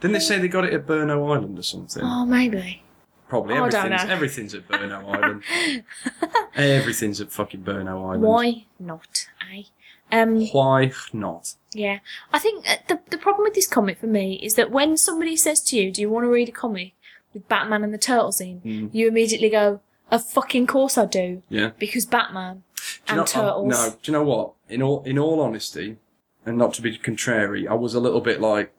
Didn't they say they got it at Burno Island or something?
oh, maybe.
Probably
I don't
everything's
know.
everything's at Burno Island. Everything's at fucking Burno Island.
Why not? Eh? Um,
Why not?
yeah, I think uh, the the problem with this comic for me is that when somebody says to you, "Do you want to read a comic with Batman and the Turtles in?"
Hmm.
you immediately go, "Of fucking course I do,"
Yeah.
because Batman
Do you
and
know-
Turtles.
I, no, do you know what? In all in all honesty, and not to be contrary, I was a little bit like,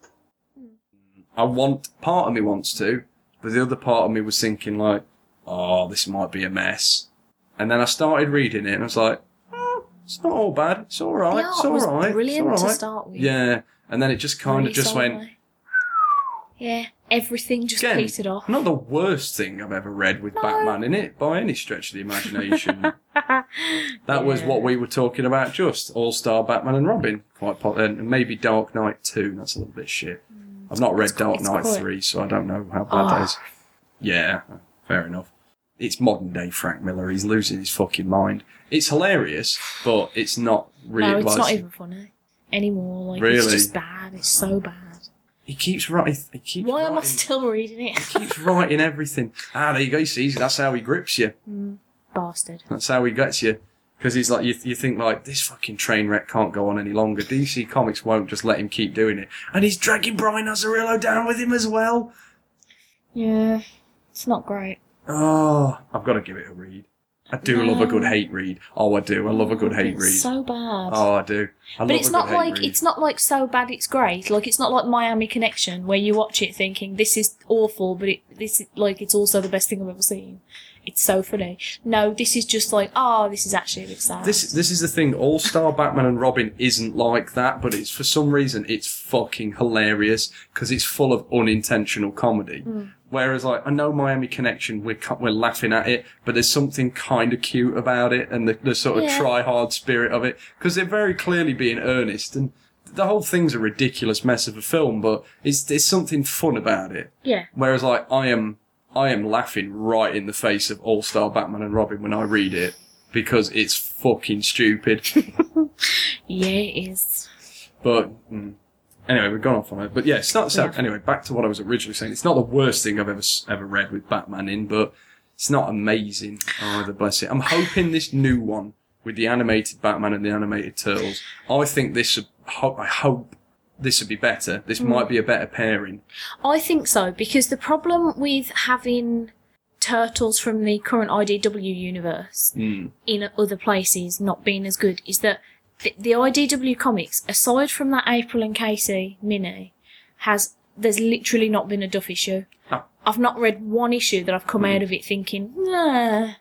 I want part of me wants to, but the other part of me was thinking like, oh, this might be a mess. And then I started reading it, and I was like, oh, it's not all bad. It's all
The
right.
art
it's all right.
was
it's
brilliant
all
to
right."
start with.
Yeah, and then it just kind of
Really
just went.
solidly. Yeah, everything just
Again,
petered off.
not the worst thing I've ever read with
No.
Batman in it by any stretch of the imagination. That was
Yeah.
what we were talking about just All Star Batman and Robin, quite pot, and maybe Dark Knight 2. That's a little bit shit. I've not read
quite-
Dark
Mm. it's
Knight
quite-
3, so I don't know how bad that
Oh.
is. Yeah, fair enough. It's modern day Frank Miller. He's losing his fucking mind. It's hilarious, but it's not really.
no, it's
well,
not
it's-
even funny anymore. Like
Really?
it's just bad. It's so bad.
He keeps writing. He keeps
Why am I
writing-
still reading it?
he keeps writing everything. Ah, there you go. You see, that's how he grips you.
Bastard.
That's how he gets you. Because he's like, you, you think like, this fucking train wreck can't go on any longer. DC Comics won't just let him keep doing it. And he's dragging Brian Azarillo down with him as well.
Yeah, it's not great.
Oh, I've got to give it a read. I do love a good
No.
hate read. Oh, I do. I love a good hate
it's
read.
So bad.
Oh, I do. I love
but it's
a
not
good hate
like
read.
it's not like so bad. It's great. Like it's not like Miami Connection where you watch it thinking this is awful, but it this is like it's also the best thing I've ever seen. It's so funny. No, this is just like oh, this is actually a bit sad.
This this is the thing. All Star Batman and Robin isn't like that, but it's for some reason it's fucking hilarious because it's full of unintentional comedy. Whereas like I know Miami Connection, we're cu- we're laughing at it, but there's something kind of cute about it and the, the sort of
Yeah.
try hard spirit of it because they're very clearly being earnest and. The whole thing's a ridiculous mess of a film, but it's there's something fun about it.
yeah,
Whereas like I am I am laughing right in the face of All Star Batman and Robin when I read it because it's fucking stupid.
yeah, it is.
but mm, anyway, we've gone off on it. But yeah, it's not so.
Yeah.
Anyway, back to what I was originally saying. It's not the worst thing I've ever s- ever read with Batman in, but it's not amazing either. Bless it. I'm hoping this new one with the animated Batman and the animated Turtles. I think this. would- ho- I hope this would be better.
Mm.
This might be a better pairing.
I think so because the problem with having turtles from the current IDW universe
Hmm.
in other places not being as good is that the, the IDW comics, aside from that April and Casey mini, has there's literally not been a Duff issue.
Ah.
I've not read one issue that I've come
Hmm.
out of it thinking, nah.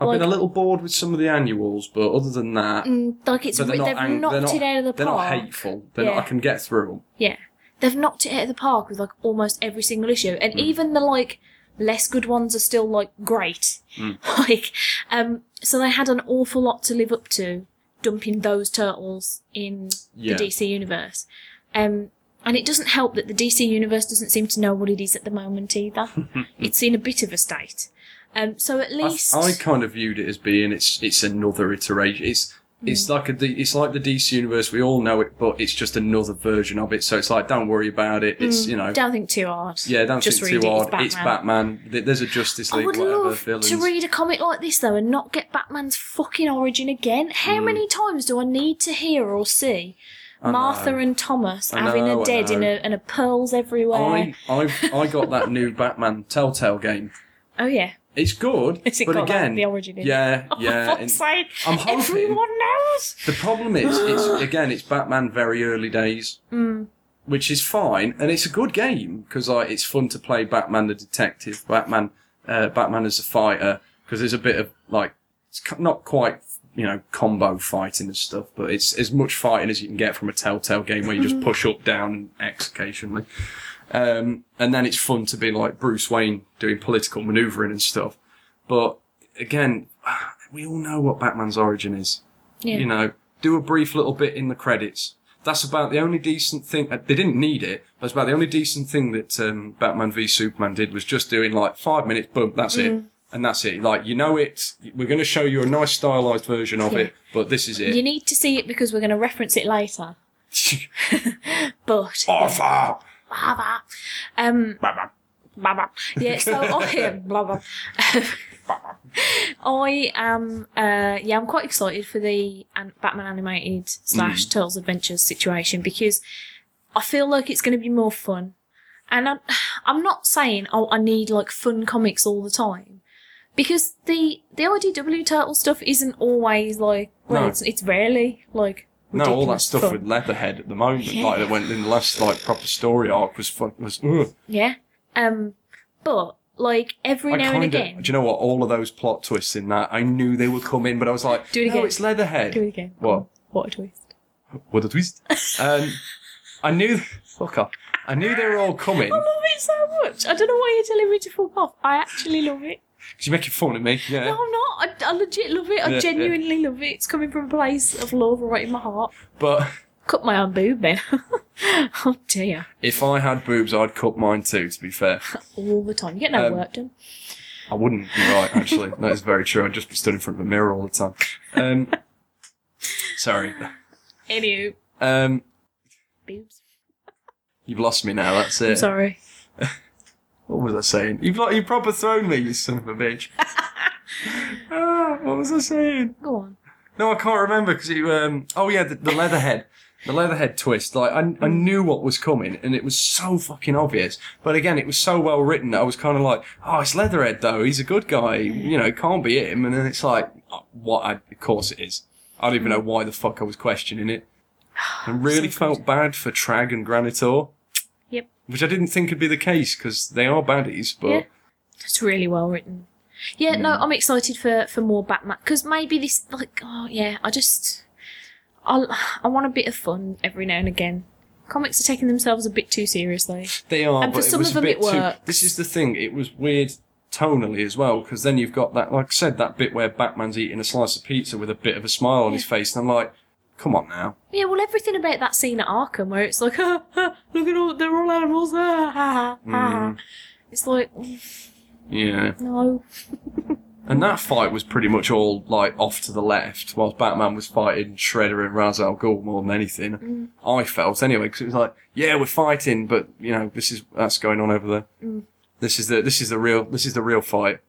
I've been
Like-
a little bored with some of the annuals, but other than that,
Mm, Like it's
But
re-
they're not,
they've
ang-
knocked
they're not,
it out of the
They're
park.
not hateful. They're not,
Yeah.
I can get through them.
Yeah. They've knocked it out of the park with like almost every single issue.
Hmm.
And even the like less good ones are still like great.
Hmm.
Like um so they had an awful lot to live up to dumping those turtles in
Yeah.
the DC universe. Um and it doesn't help that the DC universe doesn't seem to know what it is at the moment either. it's in a bit of a state. Um so at
I,
least
I kind of viewed it as being it's it's another iteration. It's
Mm.
it's like a D- it's like the DC universe. We all know it, but it's just another version of it. So it's like don't worry about it. It's you know
Mm. don't think too hard.
yeah don't
Just
think
read
too
it,
hard. It's Batman. Th- There's a Justice
I
League
would
whatever
love
villains.
to read a comic like this though and not get Batman's fucking origin again. How many times do I need to hear or see Martha
Hmm. know.
and Thomas
I
having
know, I
a dead in
know.
a, and a pearls everywhere?
I I I got that new Batman Telltale game.
Oh yeah,
It's good,
Has it
but
got, like,
again
the origin in it?
Yeah,
Oh,
yeah.
for
and-
fuck's sake.
I'm hoping-
everyone knows.
The problem is, it's again, it's Batman very early days, which is fine, and it's a good game because like, it's fun to play Batman the detective, Batman, uh, Batman as a fighter, because there's a bit of like, it's co- not quite you know combo fighting and stuff, but it's as much fighting as you can get from a Telltale game where you just push up, down, and X occasionally. Um, and then it's fun to be like Bruce Wayne doing political manoeuvring and stuff. But again, we all know what Batman's origin is
Yeah.
you know, do a brief little bit in the credits. That's about the only decent thing. uh, They didn't need it. That's
Mm-hmm.
about the only decent thing that um, Batman v Superman did was just doing like five minutes. Boom, that's it. and that's it. Like you know it. We're going to show you a nice stylized version of
Yeah.
it, but this is
You
it.
need to see it because we're going to reference it later. But
Arthur!
blah, blah. Um,
Bah, bah.
blah, blah. yeah. So I blah blah. I am uh, yeah. I'm quite excited for the an- Batman animated slash Turtles Adventures situation because I feel like it's going to be more fun. And I'm, I'm not saying oh I need like fun comics all the time because the the IDW Turtle stuff isn't always like well
No.
it's it's rarely like
No, all that
ridiculous
stuff
fun.
with Leatherhead at the moment,
Yeah.
like that went in the last like proper story arc was fun. Was ugh.
yeah. Um, but like every
I
now
kind
and
of.
again.
Do you know what? All of those plot twists in that, I knew they would come in, but I was like,
Do it
no,
again.
it's Leatherhead.
Do it again.
What?
What a twist.
What a twist! um, I knew. Fuck off. I knew they were all coming.
I love it so much. I don't know why you're telling me to fuck off. I actually love it.
'Cause you're making fun of me. Yeah.
No, I'm not. I, I legit love it. I
Yeah,
genuinely love it. It's coming from a place of love right in my heart.
But
Cut my own boob then. oh dear.
if I had boobs, I'd cut mine too. To be fair,
All the time. You get no
Um,
work done.
I wouldn't. You're right. Actually, that is very true. I'd just be stood in front of a mirror all the time. Um, sorry.
Anywho,
Um,
boobs.
you've lost me now. That's it.
I'm sorry.
What was I saying? You've like, you proper thrown me, you son of a bitch. Ah, what was I saying?
Go on.
No, I can't remember because you. Um, oh yeah, the, the leatherhead, the leatherhead twist. Like I,
Mm.
I knew what was coming, and it was so fucking obvious. But again, it was so well written. that I was kind of like, oh, it's Leatherhead though. He's a good guy. You know, it can't be him. And then it's like, oh, what? I, of course it is. I don't even
Mm.
know why the fuck I was questioning it. And really felt bad for Trag and Granitor,
Yep.
which I didn't think would be the case because they are baddies. But
Yeah. It's really well written. Yeah,
Mm.
no, I'm excited for for more Batman because maybe this like oh yeah, I just I I want a bit of fun every now and again. Comics are taking themselves a bit too seriously.
They are,
And
but
for some
it was
of them
a bit
it works.
too. This is the thing. It was weird tonally as well because then you've got that, like I said, that bit where Batman's eating a slice of pizza with a bit of a smile on his face, and I'm like, come on now.
Yeah, well, everything about that scene at Arkham where it's like, ah, ah, look at all, they're all animals. Ah, ah, ah, ah.
Mm.
It's like, mm,
Yeah.
no.
And that fight was pretty much all like off to the left, whilst Batman was fighting Shredder and Ra's al Ghul more than
Mm.
anything. I felt anyway because it was like, yeah, we're fighting, but you know, this is that's going on over there.
Mm.
This is the this is the real this is the real fight.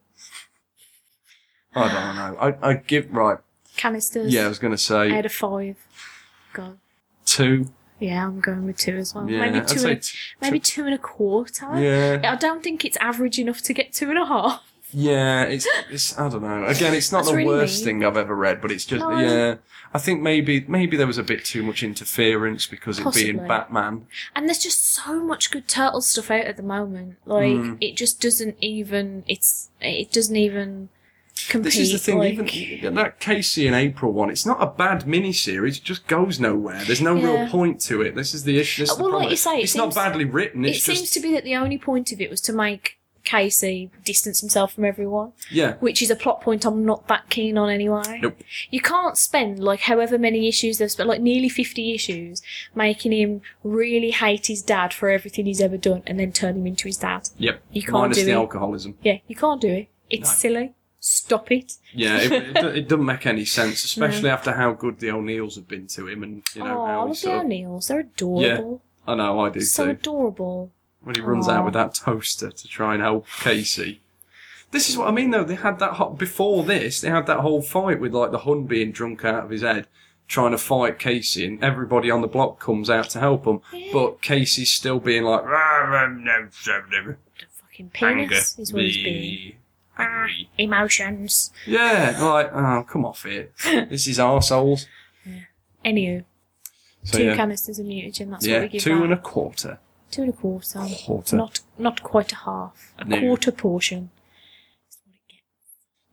I don't know. I, I give right.
Canisters.
Yeah, I was gonna
Out
say
of five. Go.
two.
Yeah, I'm going with two as well.
Yeah,
maybe
I'd
two,
say
and a,
t-
maybe two and a quarter.
Yeah.
I don't think it's average enough to get two and a half.
Yeah, it's it's I don't know. Again, it's not
That's
the
really
worst
mean.
thing I've ever read, but it's just
No.
yeah. I think maybe maybe there was a bit too much interference because it being
Possibly.
Batman.
And there's just so much good turtle stuff out at the moment. Like
Mm.
it just doesn't even. It's it doesn't even compete.
This is the thing.
like-
Even that Casey and April one, it's not a bad miniseries. It just goes nowhere. There's no real
Yeah.
point to it. This is the issue. This is the
Well, like
problem.
you say, it
it's not
seems-
badly written.
it
It's just
seems to be that the only point of it was to make Casey distance himself from everyone,
yeah.
which is a plot point I'm not that keen on anyway.
Nope.
You can't spend like however many issues they've spent, like nearly 50 issues, making him really hate his dad for everything he's ever done and then turn him into his dad.
Yep.
You can't
Minus
do
the
it.
alcoholism.
Yeah, you can't do it. It's
No.
silly. Stop it.
Yeah, it, it, do- it doesn't make any sense, especially after how good the O'Neills have been to him, and you know how
oh, I
he
love the
sort of,
O'Neills. They're adorable.
I know I do
so
too.
adorable.
when he runs
Aw.
out with that toaster to try and help Casey. This is what I mean, though. They had that hot before this. They had that whole fight with like the Hun being drunk out of his head, trying to fight Casey, and everybody on the block comes out to help him. But Casey's still being like, "Rah, rah, no, no, no,
The fucking
anger,
penis is what he's being.
me, angry."
Emotions.
Yeah, like, oh, come off it. This is arseholes.
Anywho.
So
two
yeah,
canisters of mutagen. That's what
yeah,
we give
two
that.
and a quarter.
two and a quarter.
Quarter.
Not not quite a half. A
No.
quarter portion.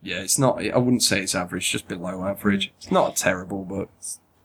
Yeah, it's not. I wouldn't say it's average. Just below average. It's not terrible, but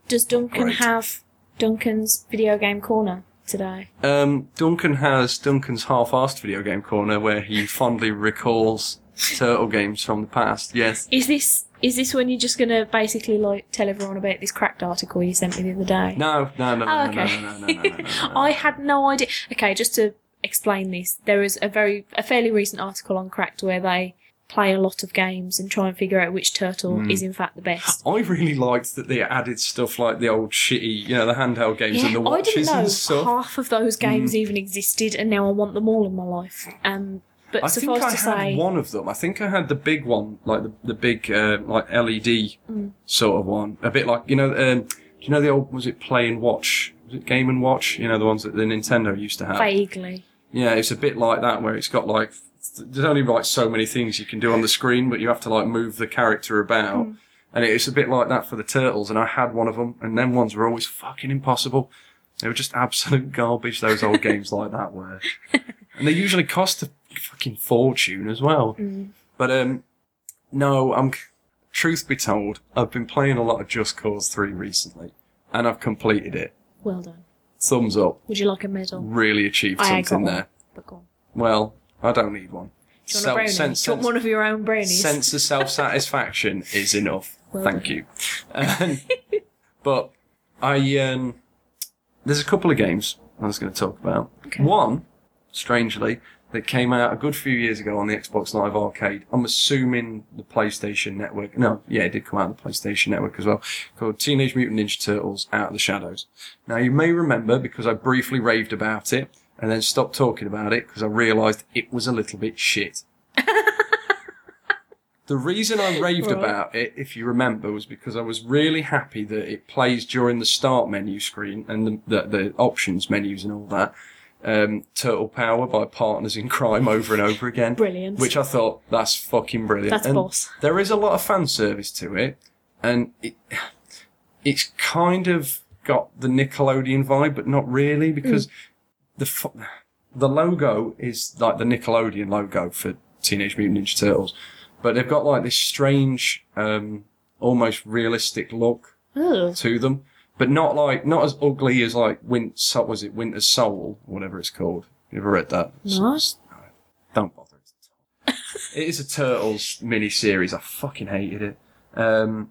Does Duncan
Great.
have Duncan's video game corner today?
Um, Duncan has Duncan's half-assed video game corner where he fondly recalls turtle games from the past. Yes.
Is this is this when you're just gonna basically like tell everyone about this cracked article you sent me the other day?
No, no, no,
Oh,
no, no, no,
okay.
no, no, no, no, no, no.
I had no idea. Okay, just to explain this, there was a very a fairly recent article on Cracked where they play a lot of games and try and figure out which turtle
Hmm.
is in fact the best.
I really liked that they added stuff like the old shitty, you know, the handheld games and the
I
watches
didn't know
and stuff. Mm.
half of those games even existed, and now I want them all in my life. Um, but
I think
suffice
I
to
had
say,
one of them. I think I had the big one, like the, the big uh, like LED
Mm.
sort of one, a bit like you know, um, do you know the old was it Play and Watch? Was it Game and Watch? You know the ones that the Nintendo used to have.
vaguely.
Yeah, it's a bit like that where it's got like th- there's only like so many things you can do on the screen, but you have to like move the character about. And it's a bit like that for the turtles. And I had one of them, and them ones were always fucking impossible. They were just absolute garbage. Those old games like that were, and they usually cost a fucking fortune as well. But um, no, I'm. Truth be told, I've been playing a lot of Just Cause Three recently, and I've completed it.
Well done.
Thumbs up.
Would you like a medal?
Really achieved
I got
something
one,
there.
But go on.
Well, I don't need one.
Do you want a brownie?
sense,
Do you want one of your own brownies?
sense of self satisfaction is enough.
Well
Thank
done.
you. Um, but I um, there's a couple of games I was going to talk about.
Okay.
One, strangely, that came out a good few years ago on the Xbox Live Arcade. I'm assuming the PlayStation Network. No, yeah, it did come out on the PlayStation Network as well. Called Teenage Mutant Ninja Turtles: Out of the Shadows. Now you may remember because I briefly raved about it and then stopped talking about it because I realised it was a little bit shit. The reason I raved
Right.
about it, if you remember, was because I was really happy that it plays during the start menu screen and the, the, the options menus and all that. Um, Turtle Power by Partners in Crime over and over again.
Brilliant.
Which I thought, that's fucking brilliant.
That's
and
boss.
There is a lot of fan service to it, and it, it's kind of got the Nickelodeon vibe, but not really, because
Mm.
the fu- the logo is like the Nickelodeon logo for Teenage Mutant Ninja Turtles, but they've got like this strange, um, almost realistic look
Ugh.
to them, but not like not as ugly as like Win- so was it Winter Soul, whatever it's called. You ever read that?
No.
It's- it's- don't bother. It's a turtle. it is a Turtles mini series. I fucking hated it. Um,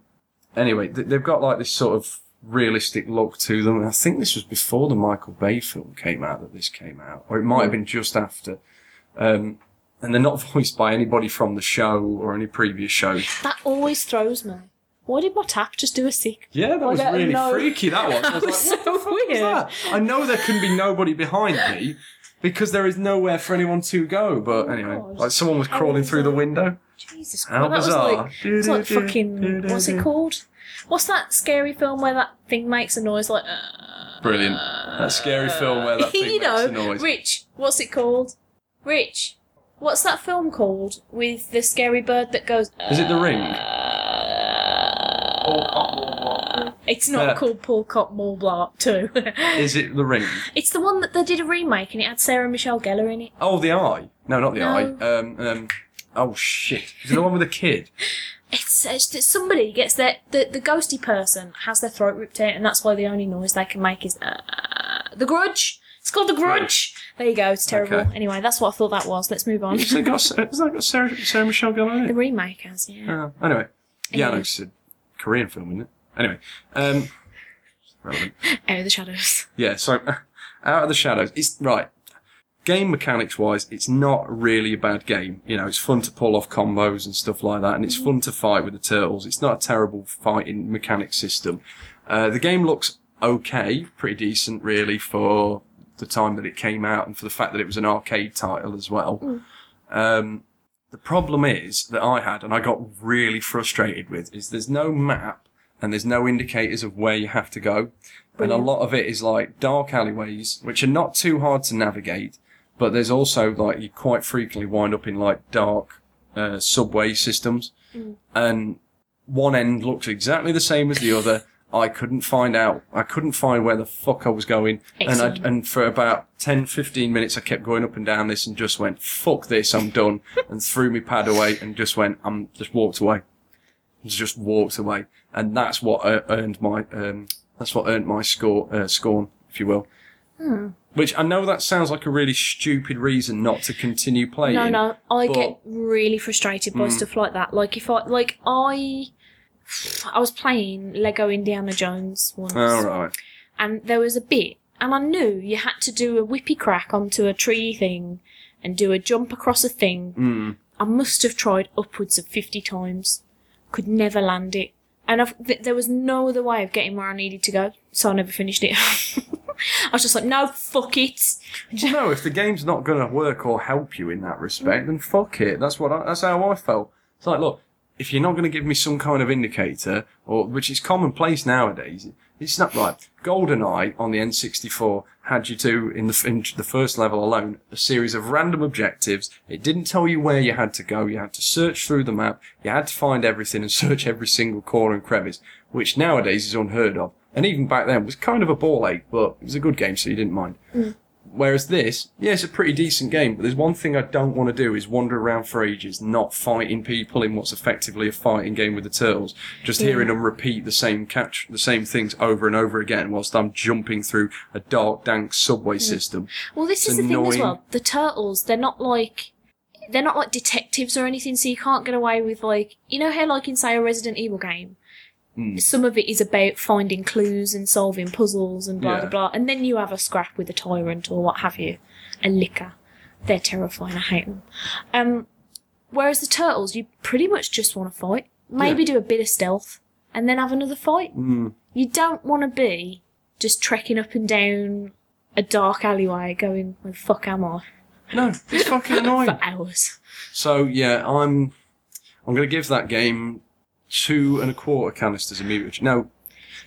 anyway, th- they've got like this sort of realistic look to them. And I think this was before the Michael Bay film came out that this came out, or it might have been just after. Um, and they're not voiced by anybody from the show or any previous shows.
That always throws me. Why did my tap just do a sick?
Yeah, that was
don't
really
know.
freaky. That was. I was
That
like,
was
"What
so
the fuck was
weird."
that?" I know there can be nobody behind me because there is nowhere for anyone to go.
Oh
But anyway,
God.
like someone was
How
crawling through the
bizarre.
window.
Jesus Christ.
How
that
bizarre.
was like, it's like fucking. What's it called? What's that scary film where that thing makes a noise like. Uh,
Brilliant. That scary film where that thing
you know,
makes a noise.
Rich, what's it called? Rich, what's that film called with the scary bird that goes? uh,
Is it The Ring?
It's not
Uh,
called Paul Cotmore Blark Two.
Is it the ring?
it's the one that they did a remake and it had Sarah Michelle Gellar in it.
Oh, the eye. No, not the
No.
eye. Um, um, oh shit! Is it the one with the kid?
It's, it's just somebody gets their the, the ghosty person has their throat ripped out and that's why the only noise they can make is uh, the Grudge. It's called the Grudge. There you go. It's terrible.
Okay.
Anyway, that's what I thought that was. Let's move on.
Has that got, has that got Sarah, Sarah Michelle Gellar in it?
the remake has yeah.
Uh, anyway, yeah, I know
Anyway.
it's a Korean film, isn't it? Anyway, um, relevant.
Out of the shadows.
Yeah, so out of the shadows. It's right. Game mechanics wise, it's not really a bad game. You know, it's fun to pull off combos and stuff like that, and it's fun to fight with the turtles. It's not a terrible fighting mechanic system. Uh, the game looks okay, pretty decent, really, for the time that it came out and for the fact that it was an arcade title as well. Um, the problem is that I had, and I got really frustrated with, is there's no map and there's no indicators of where you have to go. And a lot of it is like dark alleyways, which are not too hard to navigate, but there's also like you quite frequently wind up in like dark uh, subway systems. And one end looks exactly the same as the other. I couldn't find out. I couldn't find where the fuck I was going.
Excellent.
And I, and for about 10, 15 minutes, I kept going up and down this and just went, fuck this, I'm done. and threw my pad away and just went, I'm just walked away. Just walked away. And that's what uh, earned my, um, that's what earned my score, uh, scorn, if you will.
Hmm.
Which I know that sounds like a really stupid reason not to continue playing.
No, no, I
but- Mm.
get really frustrated by stuff like that. Like if I like I I was playing Lego Indiana Jones once
All right.
and there was a bit and I knew you
Mm.
had to do a whippy crack onto a tree thing and do a jump across a thing. I must have tried upwards of 50 times. Could never land it. And I've, th- there was no other way of getting where I needed to go, so I never finished it. I was just like, no, fuck it.
You know, if the game's not going to work or help you in that respect, then fuck it. That's what I, that's how I felt. It's like, look, if you're not going to give me some kind of indicator, or which is commonplace nowadays, it's not right. GoldenEye on the N64 had you do in the in the first level alone a series of random objectives. It didn't tell you where you had to go. You had to search through the map. You had to find everything and search every single corner and crevice, which nowadays is unheard of. And even back then was kind of a ball ache, but it was a good game, so you didn't mind. Whereas this, yeah, it's a pretty decent game, but there's one thing I don't want to do is wander around for ages, not fighting people in what's effectively a fighting game with the turtles. Just hearing them repeat the same catch, the same things over and over again, whilst I'm jumping through a dark, dank subway system.
Well, this
It's
is the thing as
annoying.
well. The turtles, they're not like they're not like detectives or anything, so you can't get away with like you know how like in say a Resident Evil game,
Hmm.
some of it is about finding clues and solving puzzles and blah
Yeah.
blah blah, and then you have a scrap with a tyrant or what have you, a licker. They're terrifying. I hate them. Um, whereas the turtles, you pretty much just want to fight. Maybe do a bit of stealth and then have another fight.
Hmm.
You don't want to be just trekking up and down a dark alleyway going, where the fuck am I?
No, it's fucking annoying.
For hours.
So yeah, I'm, I'm gonna give that game two and a quarter canisters of mutagen. No,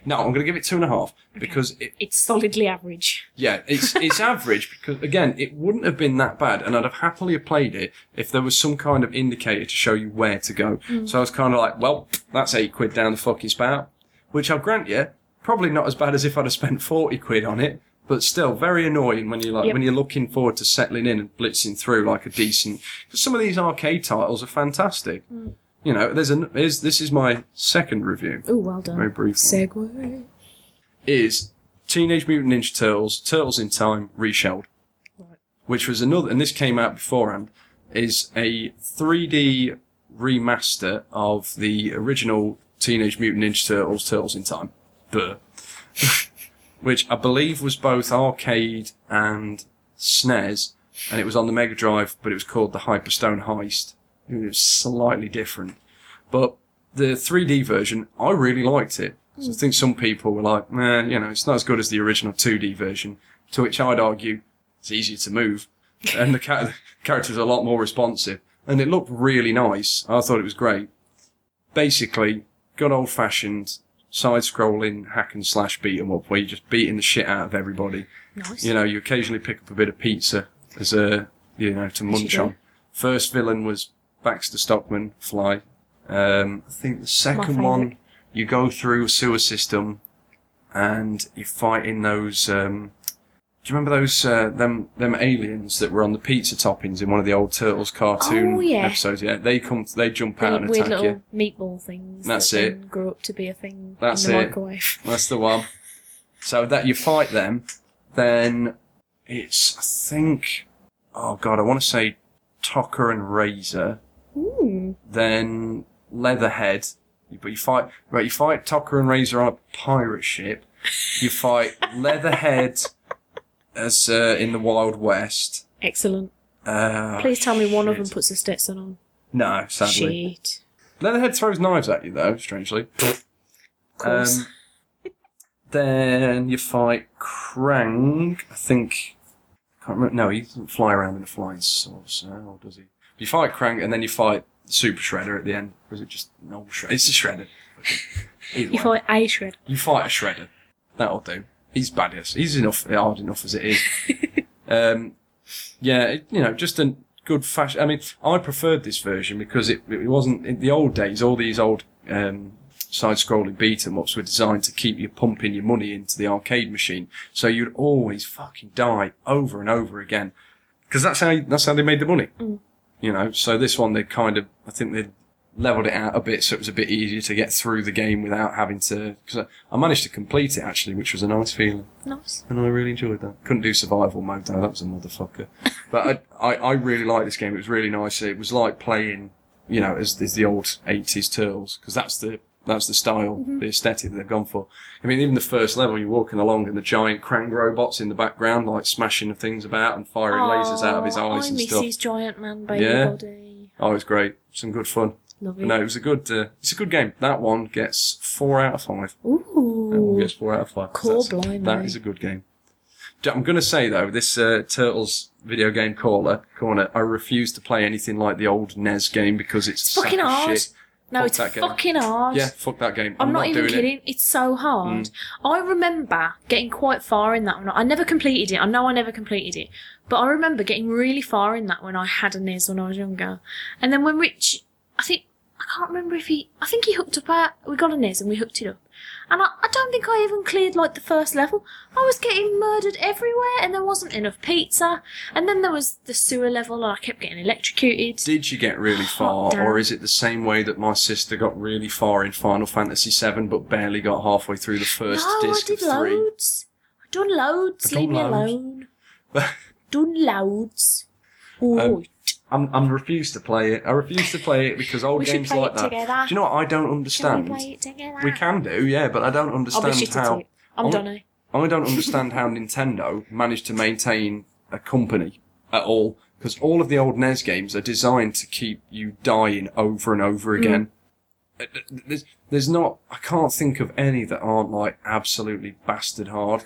no, I'm gonna give it two and a half because it,
It's solidly average.
Yeah, it's it's average because again, it wouldn't have been that bad, and I'd have happily played it if there was some kind of indicator to show you where to go. So I was kind of like, well, that's eight quid down the fucking spout, which I'll grant you, probably not as bad as if I'd have spent forty quid on it, but still very annoying when you're like
Yep.
when you're looking forward to settling in and blitzing through like a decent. Because some of these arcade titles are fantastic. You know, there's an is this is my second review
Oh, well done.
Very brief one.
Segway.
is Teenage Mutant Ninja Turtles, Turtles in Time, Reshelled. Which was another, and this came out beforehand, is a 3D remaster of the original Teenage Mutant Ninja Turtles, Turtles in Time. Bleh. Which I believe was both arcade and SNES, and it was on the Mega Drive, but it was called the Hyperstone Heist. It was slightly different. But the 3D version, I really liked it. So I think some people were like, man, you know, it's not as good as the original 2D version. To which I'd argue, it's easier to move, and the, ca- the character's a lot more responsive. And it looked really nice. I thought it was great. Basically, good old fashioned side scrolling hack and slash beat 'em up where you're just beating the shit out of everybody.
Nice.
You know, you occasionally pick up a bit of pizza as a, you know, to munch
do.
on. First villain was Baxter Stockman, Fly. Um, I think the second
favourite.
one, you go through a sewer system and you're fighting those, um, do you remember those, uh, them, them aliens that were on the pizza toppings in one of the old Turtles cartoon
Oh, yeah.
episodes? Yeah, they come, they jump out
The
and
weird
attack
little
you.
meatball things.
That's
that
it.
then Grew up to be a thing
That's
in the
it.
microwave.
That's the one. So that you fight them, then it's I think oh god, I want to say Tucker and Razor,
Ooh.
then Leatherhead. But you fight right, you fight Tucker and Razor on a pirate ship. You fight Leatherhead as uh, in the Wild West.
Excellent.
Uh,
Please tell me one of
shit.
them puts a Stetson on.
No, sadly.
Shit.
Leatherhead throws knives at you though, strangely.
Of course.
Um, then you fight Krang. I think. Can't remember. No, he doesn't fly around in a flying saucer, or does he? You fight Krang, and then you fight Super Shredder at the end. Or is it just an old Shredder? It's a Shredder. Either
you
way.
fight a shred.
You fight a shredder. That'll do. He's badass. He's enough hard enough as it is. um, yeah, it- you know, just a good fashion. I mean, I preferred this version because it, it wasn't in the old days. All these old um, side-scrolling beat 'em ups were designed to keep you pumping your money into the arcade machine, so you'd always fucking die over and over again because that's how that's how they made the money. You know, so this one they kind of I think they leveled it out a bit, so it was a bit easier to get through the game without having to. Because I, I managed to complete it actually, which was a nice feeling,
Nice.
and I really enjoyed that. Couldn't do survival mode though; that was a motherfucker. but I, I, I really liked this game. It was really nice. It was like playing, you know, as, as the old '80s Turtles, because that's the that's the style,
Mm-hmm.
the aesthetic that they've gone for. I mean, even the first level, you're walking along and the giant Krang robots in the background, like smashing things about and firing lasers out of his
Aw,
eyes
I
and
miss
stuff.
his giant man baby
Yeah.
body.
Oh, it was great. Some good fun.
Lovely.
But no, it was a good. Uh, it's a good game. That one gets four out of five. That one
Ooh.
gets four out of five. 'cause
Cool
that's-
blimey.
That is a good game. Do- I'm going to say though, this uh, Turtles video game caller corner. I refuse to play anything like the old NES game because it's,
It's fucking
sack of
hard.
Shit.
No,
Fuck
it's
that game.
fucking hard.
Yeah, fuck that game.
I'm, not, even
doing It. Mm.
kidding. It's so hard. I remember getting quite far in that one. I never completed it. I know I never completed it, but I remember getting really far in that when I had a NES when I was younger. And then when Rich, I think I can't remember if he. I think he hooked up. Our, we got a NES and we hooked it up. And I, I don't think I even cleared like the first level. I was getting murdered everywhere, and there wasn't enough pizza. And then there was the sewer level, and I kept getting electrocuted.
Did you get really far,
damn.
or is it the same way that my sister got really far in Final Fantasy VII, but barely got halfway through the first
no,
disc
I did
of three?
loads. I done loads.
I done
Leave me
loads.
alone. done loads. Ooh,
Um, I'm, I'm refuse to play it. I refuse to play it because old
We should
games
play
like
it
that.
together.
Do you know what? I don't
can
understand.
we play it together?
We can do, yeah, but I don't
I'll be
understand
shit
how.
at it. I'm eh?
Oh.
Donna.
I don't understand how Nintendo managed to maintain a company at all because all of the old NES games are designed to keep you dying over and over again. Uh, th- th- There's, there's not, I can't think of any that aren't like absolutely bastard hard.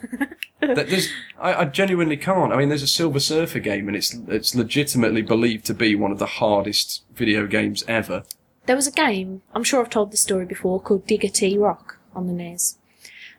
That there's, I, I genuinely can't. I mean, there's a Silver Surfer game and it's it's legitimately believed to be one of the hardest video games ever.
There was a game, I'm sure I've told this story before, called Digger T Rock on the E NES.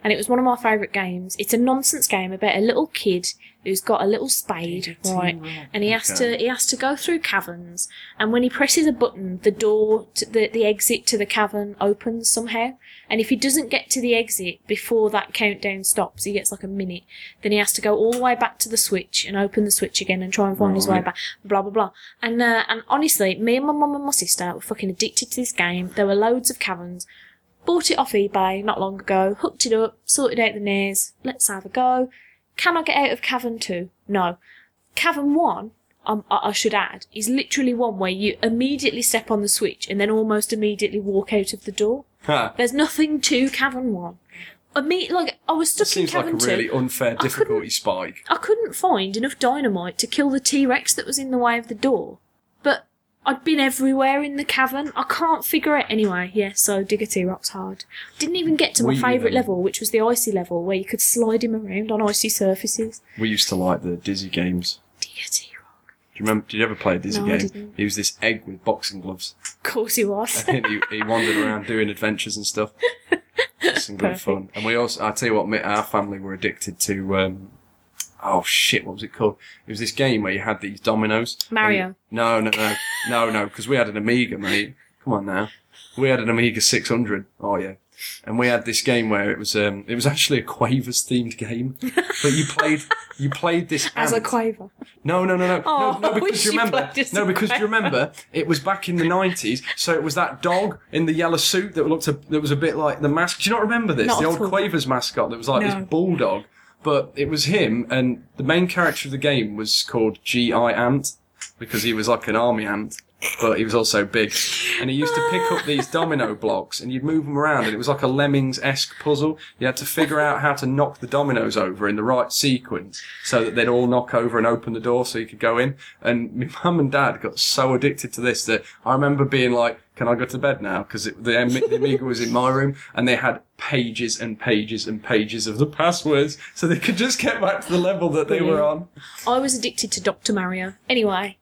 And it was one of my favourite games. It's a nonsense game about a little kid who's got a little spade, right? And he has
Okay.
to he has to go through caverns. And when he presses a button, the door, to the the exit to the cavern opens somehow. And if he doesn't get to the exit before that countdown stops, he gets like a minute. Then he has to go all the way back to the switch and open the switch again and try and find his way
Right.
back. Blah blah blah. And uh, and honestly, me and my mum and my sister were fucking addicted to this game. There were loads of caverns. Bought it off eBay not long ago. Hooked it up. Sorted out the nares. Let's have a go. Can I get out of cavern two? No. Cavern one. Um, I I should add, is literally one where you immediately step on the switch and then almost immediately walk out of the door.
Ha.
There's nothing to Cavern One. I mean, like I was
That
stuck in
seems like a
Cavern
really
Two.
unfair
couldn't-
difficulty spike.
I couldn't find enough dynamite to kill the T Rex that was in the way of the door. But I'd been everywhere in the cavern. I can't figure it anyway. Yeah, so Digger T Rock's hard. Didn't even get to my
We,
favourite
um,
level, which was the icy level, where you could slide him around on icy surfaces.
We used to like the Dizzy games.
Digger T Rock.
Do you remember? Did you ever play a Dizzy
No, I
game?
didn't.
He was this egg with boxing gloves,
Of course he was.
and he, he wandered around doing adventures and stuff. It's some good
Perfect.
fun. And we also, I tell you what, me- our family were addicted to. Um, oh shit! What was it called? It was this game where you had these dominoes.
Mario.
And- no, no, no, no, no. Because we had an Amiga, mate. Come on now. We had an Amiga 600. Oh yeah. And we had this game where it was um, it was actually a Quavers themed game, but you played you played this
As a
ant.
quaver.
No, no, no, no,
Oh,
no, no.
I
Because
wish
you
you
remember,
played us
no,
a
because you
game.
remember, it was back in the nineties. So it was that dog in the yellow suit that looked a, that was a bit like the mask. Do you not remember this?
Not
the
at
old
all.
Quavers mascot that was like
No.
this bulldog, but it was him, and the main character of the game was called G.I. Ant because he was like an army ant, but he was also big, and he used to pick up these domino blocks and you'd move them around, and it was like a lemmings esque puzzle. You had to figure out how to knock the dominoes over in the right sequence so that they'd all knock over and open the door so you could go in. And my mum and dad got so addicted to this that I remember being like, "Can I go to bed now?" Because the, Am- the Amiga was in my room, and they had pages and pages and pages of the passwords, so they could just get back to the level that they were on.
I was addicted to Dr. Mario. Anyway,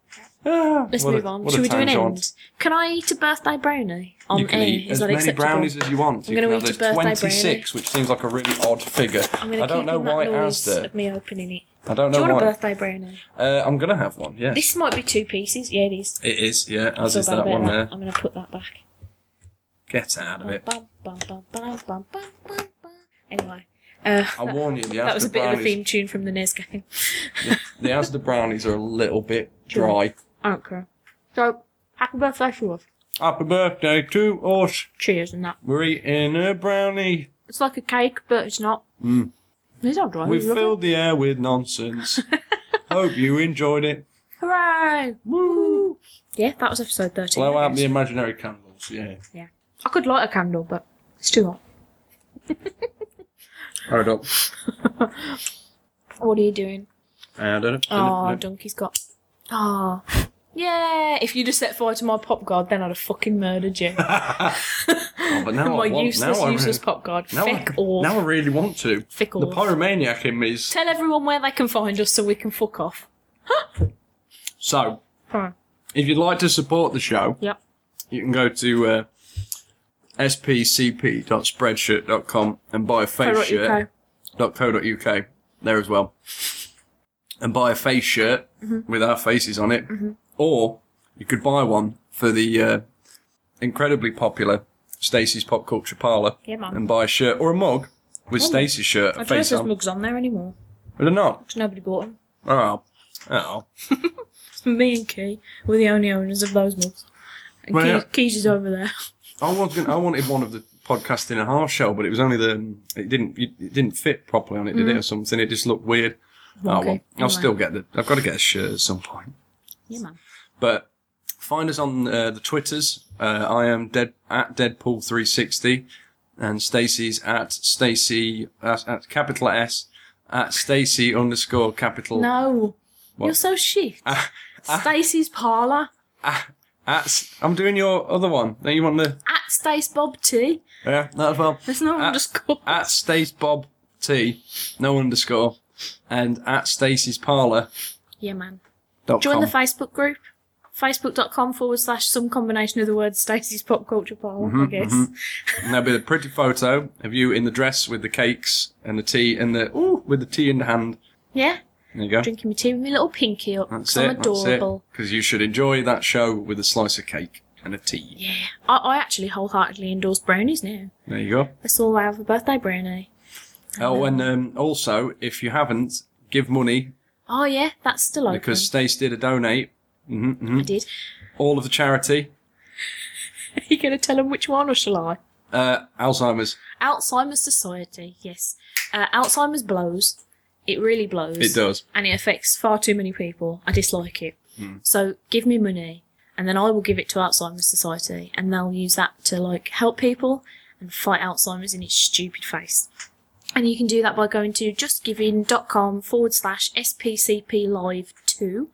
Ah,
let's
what a-
move on.
what a
Should we do an
tangent.
end? Can I eat a birthday brownie? On
You can
air?
eat
Is
as
that
many
acceptable?
brownies as you want.
I'm
you can
gonna
have
eat a
there's
birthday
26, which seems like a really odd figure.
I'm
I
gonna
don't
keep
know
in that
why it has
noise
there.
of me opening it.
I don't
Do
know
you want a
why.
birthday brownie?
Uh, I'm gonna have one. Yeah,
This might be two pieces. Yeah, it is.
it is. Yeah, as
Feel
is
bad
that
about
one there.
I'm gonna put that back.
Get out of it.
Bum, bum, bum, bum, bum, bum, bum, bum. Anyway, uh,
I warn you, the
that was a
Asda
bit of a
brownies.
theme tune from the NES game.
The Asda brownies are a little bit dry.
I don't care. So, happy birthday to us.
Happy birthday to us.
Cheers and that.
We're eating a brownie.
It's like a cake, but it's not. It's not dry.
We've
it's lovely.
Mm. filled the air with nonsense. Hope you enjoyed it.
Hooray! Woo! Yeah, that was episode 13.
Blow
I
out
guess.
the imaginary candles. Yeah.
Yeah. I could light a candle, but it's too hot.
Hold up.
What are you doing?
I don't know.
Oh, Donkey's got. Oh, Yeah, if you'd have set fire to my pop guard, then I'd have fucking murdered you.
Oh, but now
my
I want,
useless,
now
useless
I re-
pop guard.
now
Feck
I,
off.
now I really want to.
Fick
the
off.
pyromaniac in me is
Tell everyone where they can find us so we can fuck off.
so.
Huh.
If you'd like to support the show,
Yep.
you can go to uh, spcp.spreadshirt.com and buy a face
Pirate
shirt.
UK.
.co.uk there as well, and buy a face shirt
Mm-hmm.
with our faces on it, or you could buy one for the uh, incredibly popular Stacey's Pop Culture Parlour
Yeah, man. Oh,
and buy a shirt or a mug with Stacey's shirt a
I don't know if
face
there's
on.
mugs on there anymore.
But they're not.
'cause nobody bought them.
Oh, oh.
Me and Key were the only owners of those mugs. And
Well,
Key,
yeah.
Key's is over there.
I was gonna, I wanted one of the podcast in a half shell, but it was only the it didn't it didn't fit properly on it, did it, or something? It just looked weird. Oh well,
Mm. Okay.
I'll
Alright.
still get the. I've got to get a shirt at some point.
Yeah, man.
But find us on uh, the twitters. Uh, I am dead at Deadpool three sixty, and Stacey's at Stacy at, at capital S at Stacy underscore capital
No. You're so shit.
Ah,
Stacey's Parlour.
at. s- I'm doing your other one. Now you want the
At Stace Bob T.
yeah that as well.
There's no underscore.
at Stace Bob T, no underscore, and at Stacey's Parlour.
yeah, man.
dot
Join the
com.
Facebook group. Facebook.com forward slash some combination of the words Stacey's Pop Culture Parlour,
Mm-hmm,
I guess.
and there'll be a pretty photo of you in the dress with the cakes and the tea and the ooh with the tea in the hand.
Yeah.
There you go.
Drinking my tea with my little pinky up.
that's
'cause
it.
I'm adorable.
Because you should enjoy that show with a slice of cake and a tea.
Yeah. I, I actually wholeheartedly endorse brownies now.
There you go.
That's all I have a birthday brownie.
Oh, and um, also if you haven't, give money
Oh, yeah, that's still open.
because Stace did a donate. Mm-hmm,
I did.
All of the charity,
Are you going to tell them which one or shall I?
uh, Alzheimer's.
Alzheimer's Society, yes. Uh, Alzheimer's blows. It really blows.
It does.
And it affects far too many people. I dislike it. So give me money and then I will give it to Alzheimer's Society and they'll use that to like help people and fight Alzheimer's in its stupid face. And you can do that by going to justgiving.com forward slash SPCP live 2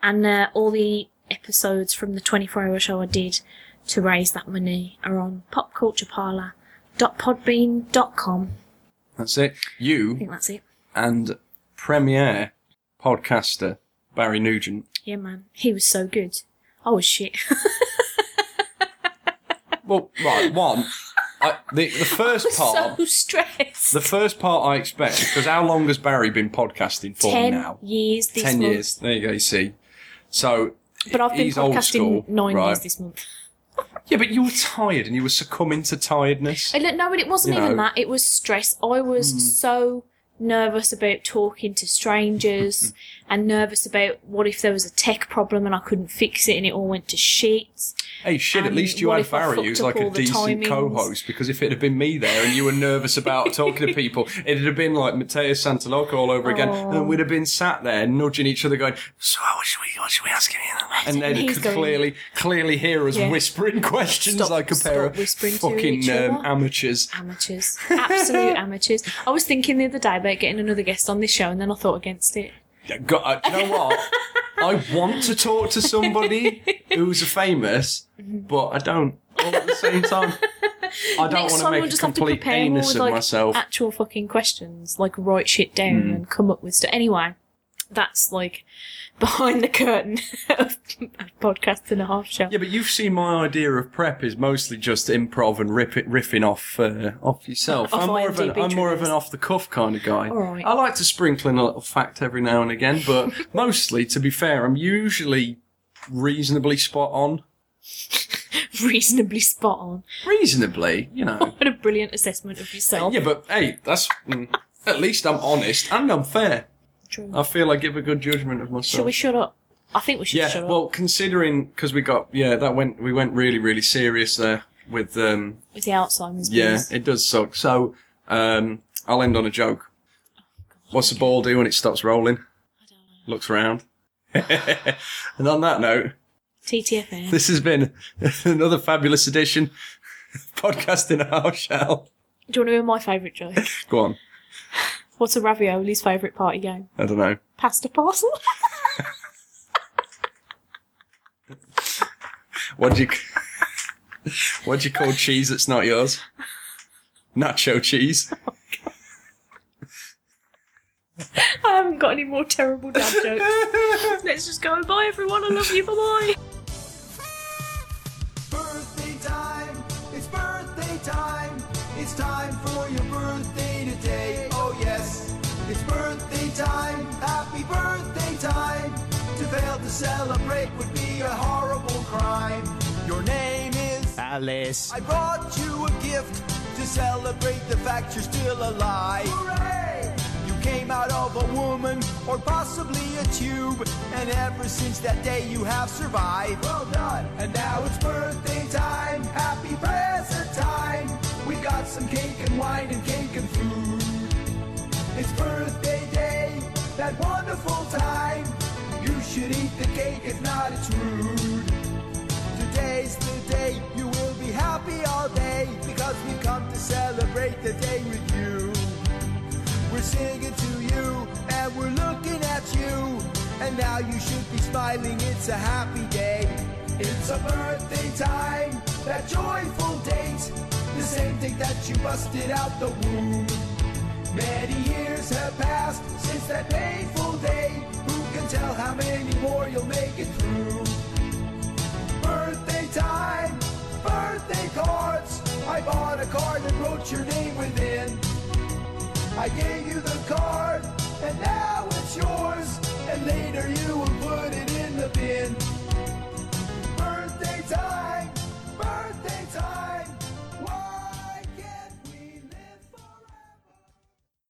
and uh, all the episodes from the 24 hour show I did to raise that money are on popcultureparlor.podbean.com.
That's it.
I
You
think that's it.
and premier podcaster Barry Nugent.
Yeah, man. He was so good. I was shit.
Well, right, one. I, the, the first part,
so stressed.
the first part I expect, because how long has Barry been podcasting for
Ten
now?
years this
Ten
month.
years. There you go. You see. So,
But I've been
he's old
podcasting
school,
nine
right.
years this month.
yeah, but you were tired and you were succumbing to tiredness.
I don't- No, but it wasn't
You
even
know. Hmm.
that. It was stress. I was so nervous about talking to strangers and nervous about what if there was a tech problem and I couldn't fix it and it all went to shit.
Hey, shit! At
And
least you
what
had
if I
Barry,
fucked
who's
up
like a
all the
decent
timings?
co-host. Because if it had been me there and you were nervous about talking to people, it'd have been like Matteo Santaloca all over again,
Oh.
and we'd have been sat there nudging each other, going, "So what should we, what should we ask him?" And then
He's
could
going-
clearly, clearly hear us
Yeah.
whispering questions
Stop-
like a pair
stop
of
whispering to
fucking
each other.
um, amateurs.
Amateurs. Absolute amateurs. I was thinking the other day about getting another guest on this show and then I thought against it.
Yeah, go- uh, do you know what? I want to talk to somebody who's famous,
Mm-hmm.
but I don't. All at the same time, I don't want
Next
to
time
make
we'll
a
just have to
complete
prepare more
anus
with
of
like
myself. Hmm.
actual fucking questions, like write shit down and come up with stuff. Anyway, that's like behind the curtain of a podcast and a half show.
Yeah, but you've seen my idea of prep is mostly just improv and rip it, riffing off uh, off yourself.
Off
I'm more of an
IMDb
I'm more of an
trivias.
off the cuff kind of guy.
Alright.
I like to sprinkle in a little fact every now and again, but mostly, to be fair, I'm usually reasonably spot on.
Reasonably spot on.
Reasonably, you know.
What a brilliant assessment of yourself.
yeah, but hey, that's mm, at least I'm honest and I'm fair.
True.
I feel I give a good judgment of myself.
Should we shut up? I think we should
Yeah,
shut up.
well, considering because we got yeah that went we went really really serious there with um
with the Alzheimer's.
Yeah,
blues.
it does suck. So, um, I'll end on a joke. What's the ball do when it stops rolling? Looks round. and on that note,
TTFN.
this has been another fabulous edition of podcasting our shell.
Do you want to hear my favourite joke?
Go on.
What's a ravioli's favourite party game?
I don't know.
Pasta parcel.
What do you What do you call cheese that's not yours? Nacho cheese.
I haven't got any more terrible dad jokes. Let's just go. Bye, everyone. I love you. Bye bye.
Birthday time, it's birthday time. It's time for your birthday today. Oh yes, it's birthday time. Happy birthday time. To fail to celebrate would be a horrible crime. Your name is
Alice.
I brought you a gift to celebrate the fact you're still alive. Hooray! You came out of a woman or possibly a tube, and ever since that day you have survived. Well done! And now it's birthday time, happy present time. We got some cake and wine and cake and food. It's birthday day, that wonderful time. You should eat the cake, if not, it's rude. Today's the day you will be happy all day because we've come to celebrate the day with you. We're singing to you and we're looking at you, and now you should be smiling. It's a happy day. It's a birthday time, that joyful date, the same date that you busted out the womb. Many years have passed since that painful day. Who can tell how many more you'll make it through? birthday time, birthday cards. I bought a card and wrote your name within. I gave you the card, and now it's yours.